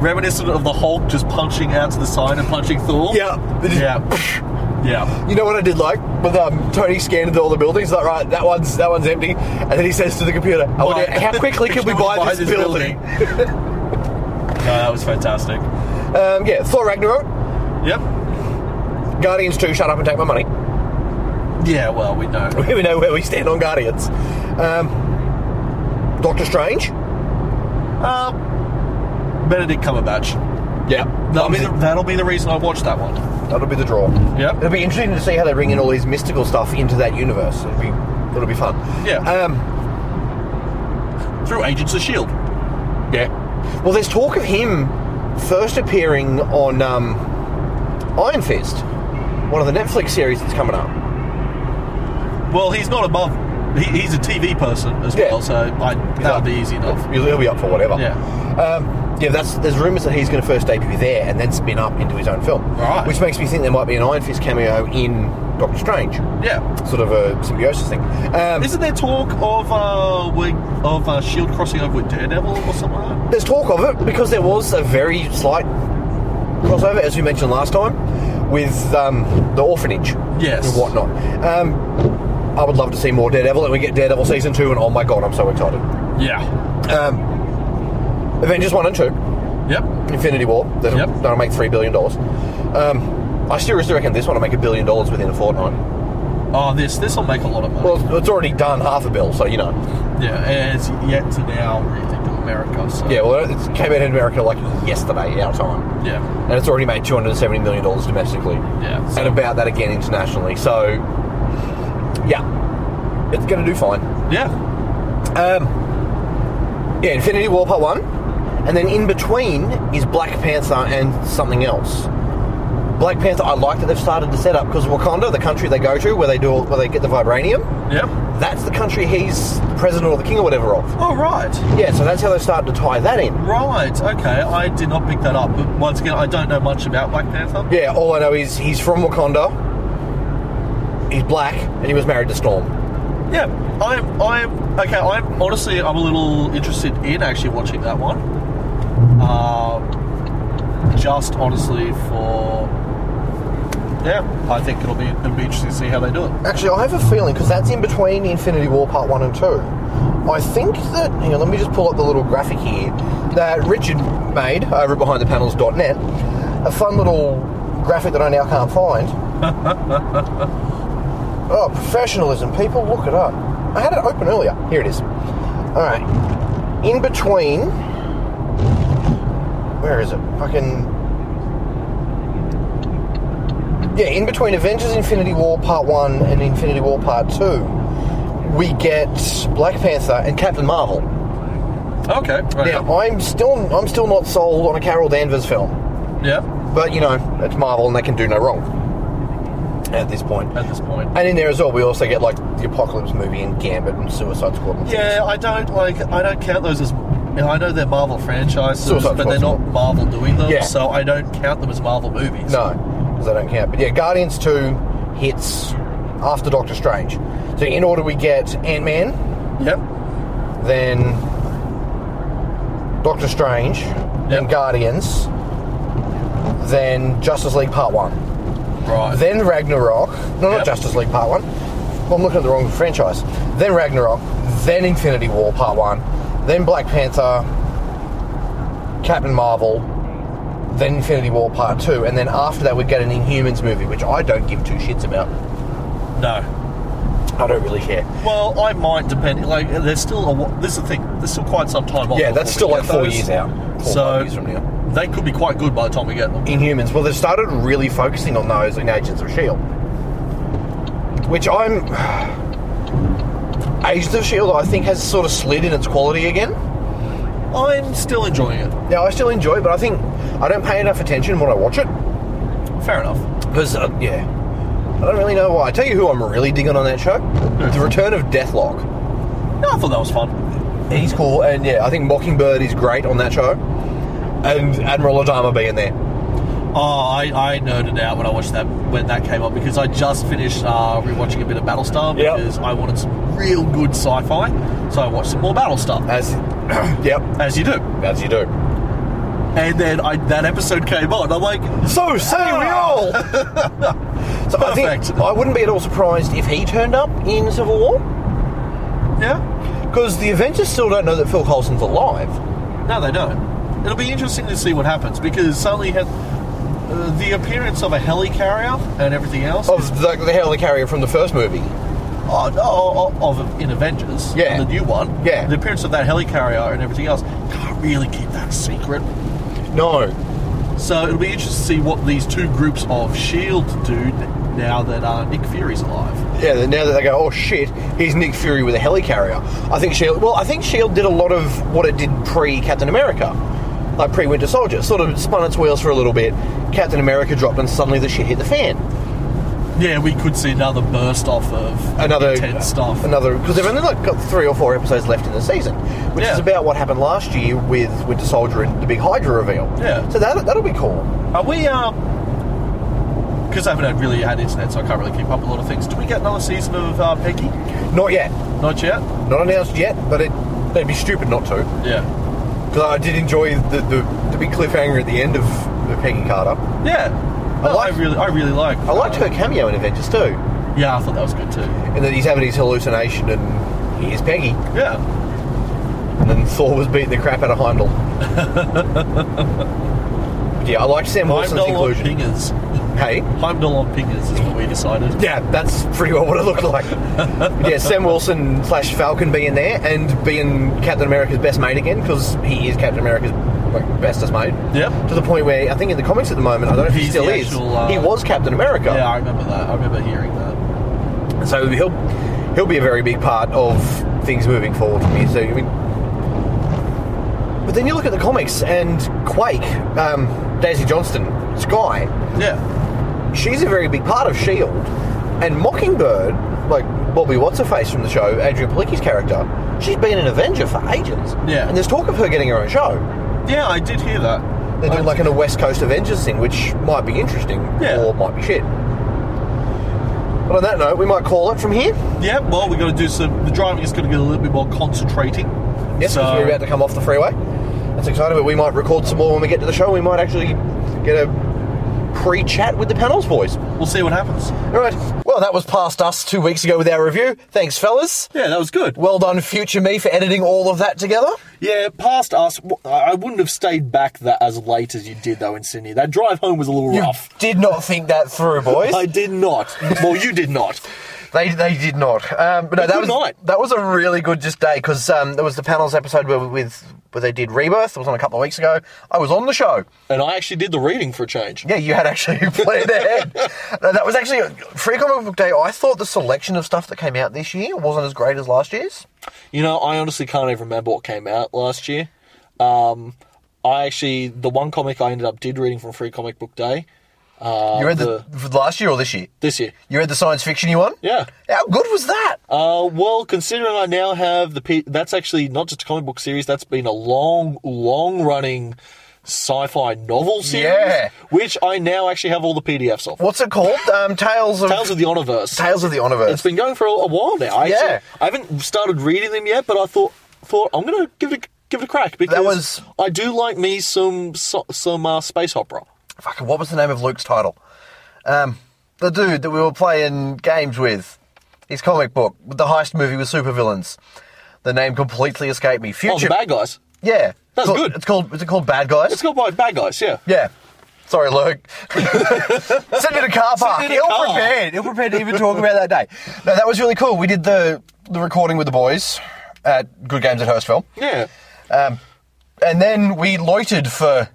S3: Reminiscent of the Hulk just punching out to the side and punching Thor.
S4: yeah, they just-
S3: Yeah. yeah.
S4: You know what I did like with um, Tony scanned all the buildings. Like, right, that one's that one's empty, and then he says to the computer, "I wonder
S3: Oh, Why-
S4: how quickly can we buy, this, building?"
S3: no, that was fantastic.
S4: Um, yeah, Thor Ragnarok,
S3: Yep.
S4: Guardians Two, shut up and take my money.
S3: Yeah, well, we know.
S4: We know where we stand on Guardians. Um, Doctor Strange.
S3: Um, Benedict Cumberbatch.
S4: Yeah,
S3: That'll be, the, that'll be the reason I watched that one.
S4: that'll be the draw.
S3: Yep.
S4: it'll be interesting to see how they bring in all these mystical stuff into that universe. It'll be it'll be fun.
S3: Yeah.
S4: Um,
S3: Through Agents of S.H.I.E.L.D.
S4: yeah. Well, there's talk of him first appearing on um, Iron Fist, one of the Netflix series that's coming up.
S3: Well, he's not above. He, he's a TV person as
S4: Yeah.
S3: well, so I, that would be easy enough.
S4: He'll, he'll be up for whatever.
S3: Yeah.
S4: Um, yeah, that's, there's rumours that he's going to first debut there and then spin up into his own film.
S3: Right.
S4: Which makes me think there might be an Iron Fist cameo in Doctor Strange.
S3: Yeah.
S4: Sort of a symbiosis thing. Um,
S3: Isn't there talk of uh, we- of uh, Shield crossing over with Daredevil or something like that?
S4: there's talk of it because there was a very slight crossover, as we mentioned last time, with um, the orphanage.
S3: Yes.
S4: And whatnot. Um, I would love to see more Daredevil and we get Daredevil season two, and oh my god, I'm so excited.
S3: Yeah.
S4: Um, Avengers 1 and 2.
S3: Yep.
S4: Infinity War. That'll,
S3: Yep.
S4: that'll make three billion dollars. Um, I seriously reckon this one will make a billion dollars within a fortnight.
S3: Oh, this this will make a lot of money.
S4: Well, it's already done half a bill, so you know.
S3: yeah, and it's yet to now really to America. So
S4: Yeah, well, it came out in America like yesterday, our time,
S3: yeah,
S4: and it's already made two hundred and seventy million dollars domestically,
S3: yeah. So,
S4: and about that again internationally. So, yeah, it's going to do fine.
S3: yeah,
S4: Um, yeah, Infinity War Part One, and then in between is Black Panther and something else. Black Panther, I like that they've started to set up because Wakanda, the country they go to where they do all- where they get the vibranium,
S3: yep.
S4: that's the country he's the president or the king or whatever of.
S3: All right,
S4: Yeah, so that's how they started to tie that in.
S3: right, okay. I did not pick that up, but once again, I don't know much about Black Panther.
S4: Yeah, all I know is he's from Wakanda. He's black and he was married to Storm.
S3: Yeah, I'm. I'm okay. I'm honestly, I'm a little interested in actually watching that one. Um, just honestly for yeah, I think it'll be it'll be interesting to see how they do it.
S4: Actually, I have a feeling because that's in between Infinity War Part One and Two. I think that hang on, let me just pull up the little graphic here that Richard made over at BehindThePanels.net. A fun little graphic that I now can't find. oh, professionalism, people, look it up. I had it open earlier. Here it is. All right, in between. Where is it? Fucking yeah, in between Avengers Infinity War Part 1 and Infinity War Part 2, we get Black Panther and Captain Marvel.
S3: Okay, right.
S4: Now, I'm still I'm still not sold on a Carol Danvers film,
S3: yeah.
S4: but you know, it's Marvel and they can do no wrong at this point.
S3: At this point,
S4: And in there as well, we also get like the Apocalypse movie and Gambit and Suicide Squad. And
S3: yeah, I don't like I don't count those as. you know, I know they're Marvel franchises,
S4: Suicide
S3: but they're
S4: Squad's
S3: not Marvel doing them,
S4: Yeah.
S3: so I don't count them as Marvel movies.
S4: No, because I don't count. But yeah, Guardians 2 hits after Doctor Strange. So in order, we get Ant Man,
S3: Yep.
S4: then Doctor Strange, then
S3: Yep.
S4: Guardians, then Justice League Part 1,
S3: Right.
S4: then Ragnarok. No, not
S3: Yep.
S4: Justice League Part 1. Well, I'm looking at the wrong franchise. Then Ragnarok, then Infinity War Part 1, then Black Panther, Captain Marvel, then Infinity War Part 2, and then after that we get an Inhumans movie, which I don't give two shits about.
S3: no.
S4: I don't really care.
S3: Well, I might depend. Like, there's still a. wh- This is the thing. There's still quite some time off.
S4: Yeah,
S3: before
S4: that's still
S3: we
S4: like
S3: get
S4: four
S3: those.
S4: years out. Four,
S3: so
S4: five years from now.
S3: they could be quite good by the time we get them.
S4: Inhumans. Well, they've started really focusing on those in Agents of Shield, E which I'm. Agents of Shield, I think, has sort of slid in its quality again.
S3: I'm still enjoying it.
S4: Now I still enjoy it, but I think I don't pay enough attention when I watch it
S3: Fair enough.
S4: because uh, yeah, I don't really know why. I tell you who I'm really digging on that show: the Return of Deathlock.
S3: No, I thought that was fun.
S4: He's cool, and yeah, I think Mockingbird is great on that show, and Admiral Adama being there.
S3: Oh, I, I nerded out when I watched that when that came up because I just finished uh, rewatching a bit of Battlestar
S4: Yep.
S3: because I wanted some real good sci-fi, so I watched some more Battlestar.
S4: As yep,
S3: As you do.
S4: as you do.
S3: And then I, that episode came on. I'm like,
S4: So say we all. so I think
S3: Perfect.
S4: I wouldn't be at all surprised if he turned up in Civil War
S3: yeah.
S4: because the Avengers still don't know that Phil Coulson's alive.
S3: No, they don't. It'll be interesting to see what happens because suddenly had uh, the appearance of a helicarrier and everything else.
S4: Of the, the helicarrier from the first movie.
S3: Oh, no, oh, oh, of in Avengers,
S4: Yeah.
S3: the new one,
S4: Yeah.
S3: the appearance of that helicarrier and everything else can't really keep that secret.
S4: No.
S3: So it'll be interesting to see what these two groups of Shield E do n- now that uh, Nick Fury's alive.
S4: Yeah. then Now that they go, oh shit, here's Nick Fury with a helicarrier. I think Shield. Well, I think Shield did a lot of what it did pre Captain America, like pre Winter Soldier. Sort of spun its wheels for a little bit. Captain America dropped, and suddenly the shit hit the fan.
S3: Yeah, we could see another burst off of
S4: another
S3: intense stuff.
S4: Another because they've only like got three or four episodes left in the season, which
S3: Yeah.
S4: is about what happened last year with Winter Soldier and the big Hydra reveal.
S3: Yeah.
S4: so that that'll be cool.
S3: Are we um? Because I haven't had- really had internet, so I can't really keep up a lot of things. Do we get another season of uh, Peggy?
S4: Not yet,
S3: Not yet.
S4: not announced yet, but it they'd be stupid not to.
S3: Yeah.
S4: Because I did enjoy the, the the big cliffhanger at the end of of Peggy Carter.
S3: Yeah.
S4: I
S3: I,
S4: like-
S3: I really, I really like. uh,
S4: I liked her cameo in Avengers too,
S3: Yeah, I thought that was good too.
S4: and then he's having his hallucination and here's Peggy,
S3: Yeah.
S4: and then Thor was beating the crap out of Heimdall. But yeah, I liked Sam Wilson's
S3: Heimdall on
S4: inclusion.
S3: pingers.
S4: Hey.
S3: Heimdall on pingers is what we decided.
S4: Yeah, that's pretty well what it looked like. yeah, Sam Wilson slash Falcon being there and being Captain America's best mate again because he is Captain America's like bestest mate.
S3: Yep.
S4: To the point where I think in the comics at the moment, I don't know if he
S3: He's
S4: still
S3: the
S4: is.
S3: actual, uh,
S4: he was Captain America,
S3: Yeah, I remember that. I remember hearing that.
S4: so he'll he'll be a very big part of things moving forward for me. So I mean, but then you look at the comics and Quake, um, Daisy Johnston, Sky,
S3: Yeah.
S4: she's a very big part of Shield, E and Mockingbird, like Bobby What's her face from the show, Adrian Palicki's character, she's been an Avenger for ages.
S3: Yeah.
S4: and there's talk of her getting her own show.
S3: Yeah, I did hear that.
S4: They're doing like an, a West Coast Avengers thing, which might be interesting
S3: Yeah.
S4: or might be shit. But on that note, we might call it from here.
S3: Yeah. Well, we got to do some. The driving is going to get a little bit more concentrating.
S4: Yes,
S3: So-
S4: because we're about to come off the freeway. That's exciting, but we might record some more when we get to the show. We might actually get a pre-chat with the panel's boys.
S5: We'll see what happens.
S4: All right. Well, that was past us two weeks ago with our review. Thanks, fellas.
S5: Yeah, that was good.
S4: Well done, future me, for editing all of that together.
S3: Yeah, past us. w- I I wouldn't have stayed back that as late as you did, though, in Sydney. That drive home was a little rough.
S4: Did not think that through, boys.
S3: Oh. I did not. Well, you did not.
S4: They, they did not. Um, but no, that
S3: Good
S4: was
S3: night.
S4: that was a really good just day because um, there was the panels episode where, with where they did rebirth. It was on a couple of weeks ago. I was on the show.
S3: And I actually did the reading for a change.
S4: Yeah, you had actually planned ahead. No, that was actually free comic book day. I thought the selection of stuff that came out this year wasn't as great as last year's.
S3: You know, I honestly can't even remember what came out last year. Um, I actually, the one comic I ended up did reading from Free Comic Book Day Uh,
S4: you read the, last year or this year?
S3: this year.
S4: You read the science fiction you won.
S3: Yeah.
S4: How good was that?
S3: Uh, well, considering I now have the P- that's actually not just a comic book series. That's been a long, long running sci-fi novel series,
S4: Yeah.
S3: which I now actually have all the PDFs of.
S4: What's it called? Um, Tales of
S3: Tales of the Oniverse.
S4: Tales of the Oniverse.
S3: It's been going for a, a while now. I
S4: Yeah.
S3: actually- I haven't started reading them yet, but I thought thought I'm gonna give it a, give it a crack because
S4: was-
S3: I do like me some so, some uh, space opera.
S4: Fucking what was the name of Luke's title? Um, the dude that we were playing games with. His comic book, the heist movie with supervillains. The name completely escaped me. Future.
S3: Oh, the bad guys.
S4: Yeah.
S3: That's
S4: It's called-
S3: good.
S4: It's called. Is it called Bad Guys?
S3: It's got by bad guys. Yeah.
S4: yeah. Sorry, Luke. Send me to car park.
S3: me to
S4: Ill
S3: car.
S4: prepared. Ill prepared to even talk about that day. No, that was really cool. We did the the recording with the boys at Good Games at Hurstville.
S3: Yeah.
S4: Um, and then we loitered for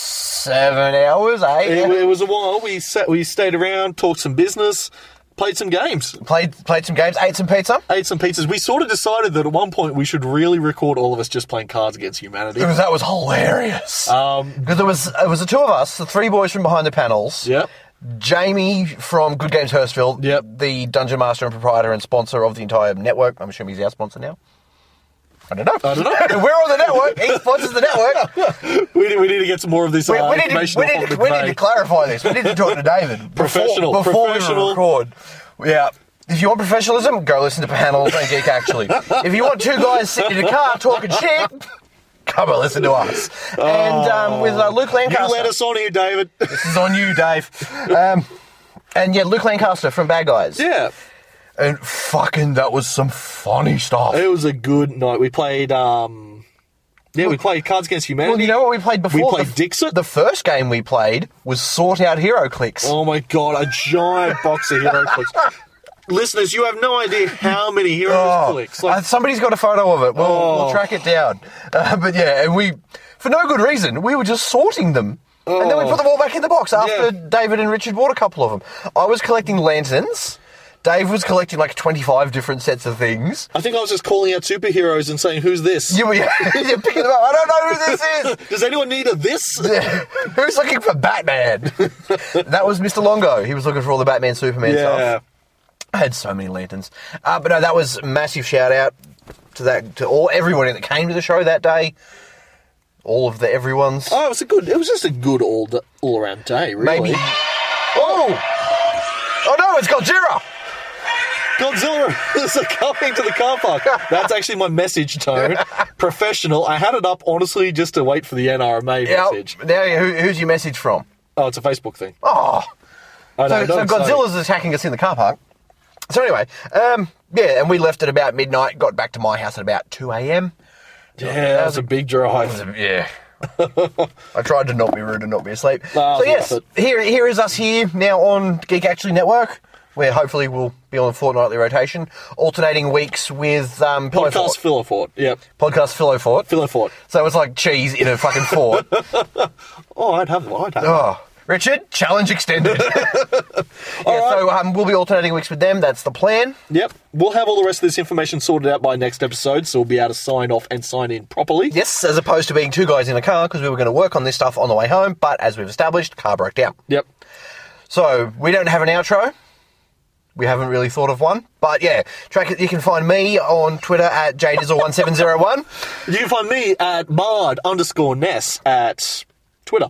S4: seven hours, eight
S3: It, it was a while. We sat, we stayed around, talked some business, played some games.
S4: played played some games, ate some pizza.
S3: ate some pizzas. We sort of decided that at one point we should really record all of us just playing Cards Against Humanity.
S4: Because that was hilarious. Um, because there was it was the two of us, the three boys from behind the panels.
S3: Yep.
S4: Jamie from Good Games Hurstville.
S3: Yep.
S4: The dungeon master and proprietor and sponsor of the entire network. I'm assuming he's our sponsor now. I don't know.
S3: I don't know.
S4: We're on the network. He sponsors the network.
S3: we, need, we need to get some more of this
S4: We,
S3: uh,
S4: we need, to,
S3: information
S4: we,
S3: off
S4: need,
S3: of
S4: to,
S3: the
S4: we need to
S3: page.
S4: clarify this. We need to talk to David. before-
S3: Professional,
S4: Before,
S3: professional.
S4: we record. Yeah. If you want professionalism, go listen to panels and geek actually. if you want two guys sitting in a car talking shit, come and listen to us. And um, with uh, Luke Lancaster.
S3: Oh, You let us on here, David.
S4: This is on you, Dave. Um, and yeah, Luke Lancaster from Bad Guys.
S3: yeah.
S4: And fucking, that was some funny stuff.
S3: It was a good night. We played, um, yeah, we played Cards Against Humanity.
S4: well, you know what we played before?
S3: played
S4: the,
S3: Dixit?
S4: The first game we played was Sort Out Hero Clicks.
S3: Oh my god, a giant box of hero clicks. Listeners, you have no idea how many heroes
S4: Oh,
S3: clicks. Like,
S4: uh, somebody's got a photo of it. We'll, we'll
S3: Oh.
S4: track it down. Uh, but yeah, and we, for no good reason, we were just sorting them. And then we
S3: Oh.
S4: put them all back in the box after
S3: Yeah.
S4: David and Richard bought a couple of them. I was collecting lanterns. Dave was collecting like 25 different sets of things.
S3: I think I was just calling out superheroes and saying, "Who's this?
S4: You were you're picking them up. I don't know who this is.
S3: Does anyone need a this?"
S4: Who's looking for Batman? that was Mr. Longo. He was looking for all the Batman Superman
S3: yeah.
S4: stuff. I had so many lanterns. Uh, but no, that was massive shout out to that to all everyone that came to the show that day. All of the everyone's.
S3: Oh, it was a good. It was just a good all all around day. Really.
S4: Maybe. Oh! Oh no, it's Godzilla!
S3: Godzilla is coming to the car park. That's actually my message tone. Professional. I had it up honestly just to wait for the NRMA
S4: Now,
S3: message.
S4: now who, who's your message from?
S3: Oh, it's a Facebook thing.
S4: Oh!
S3: I
S4: So,
S3: know.
S4: so
S3: don't say.
S4: Godzilla's attacking us in the car park. So anyway, um, yeah, and we left at about midnight, got back to my house at about 2 a.m.
S3: Yeah, that was a big drive.
S4: Yeah. I tried to not be rude and not be asleep.
S3: No,
S4: so
S3: it's
S4: yes,
S3: worth
S4: here here is us here now on Geek Actually Network, where hopefully we'll be on a fortnightly rotation, alternating weeks with um, Pillow
S3: Podcast
S4: Fort.
S3: Philofort. Yep.
S4: podcast Philo Fort.
S3: Philofort.
S4: so it's like cheese in a fucking fort.
S3: Oh, I'd have one. I'd have one.
S4: oh, Richard, challenge extended. yeah,
S3: right.
S4: so um, we'll be alternating weeks with them. That's the plan.
S3: Yep. We'll have all the rest of this information sorted out by next episode, so we'll be able to sign off and sign in properly.
S4: Yes, as opposed to being two guys in a car because we were going to work on this stuff on the way home, but as we've established, car broke down.
S3: Yep.
S4: So we don't have an outro. We haven't really thought of one, but yeah, track it. You can find me on Twitter at jadizzle1701.
S3: You can find me at Mard underscore Ness at Twitter.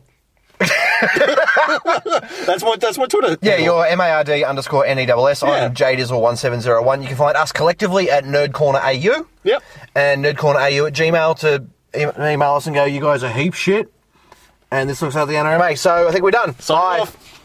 S3: that's my that's my Twitter.
S4: Yeah,
S3: handle.
S4: you're M A R D underscore N E double S.
S3: Yeah.
S4: I'm jadizzle1701. You can find us collectively at Nerd Corner AU.
S3: Yep.
S4: And Nerd Corner AU at Gmail to e- email us and go, you guys are heap shit. And this looks like the NRMA. So I think we're done. Bye.
S3: Sign off.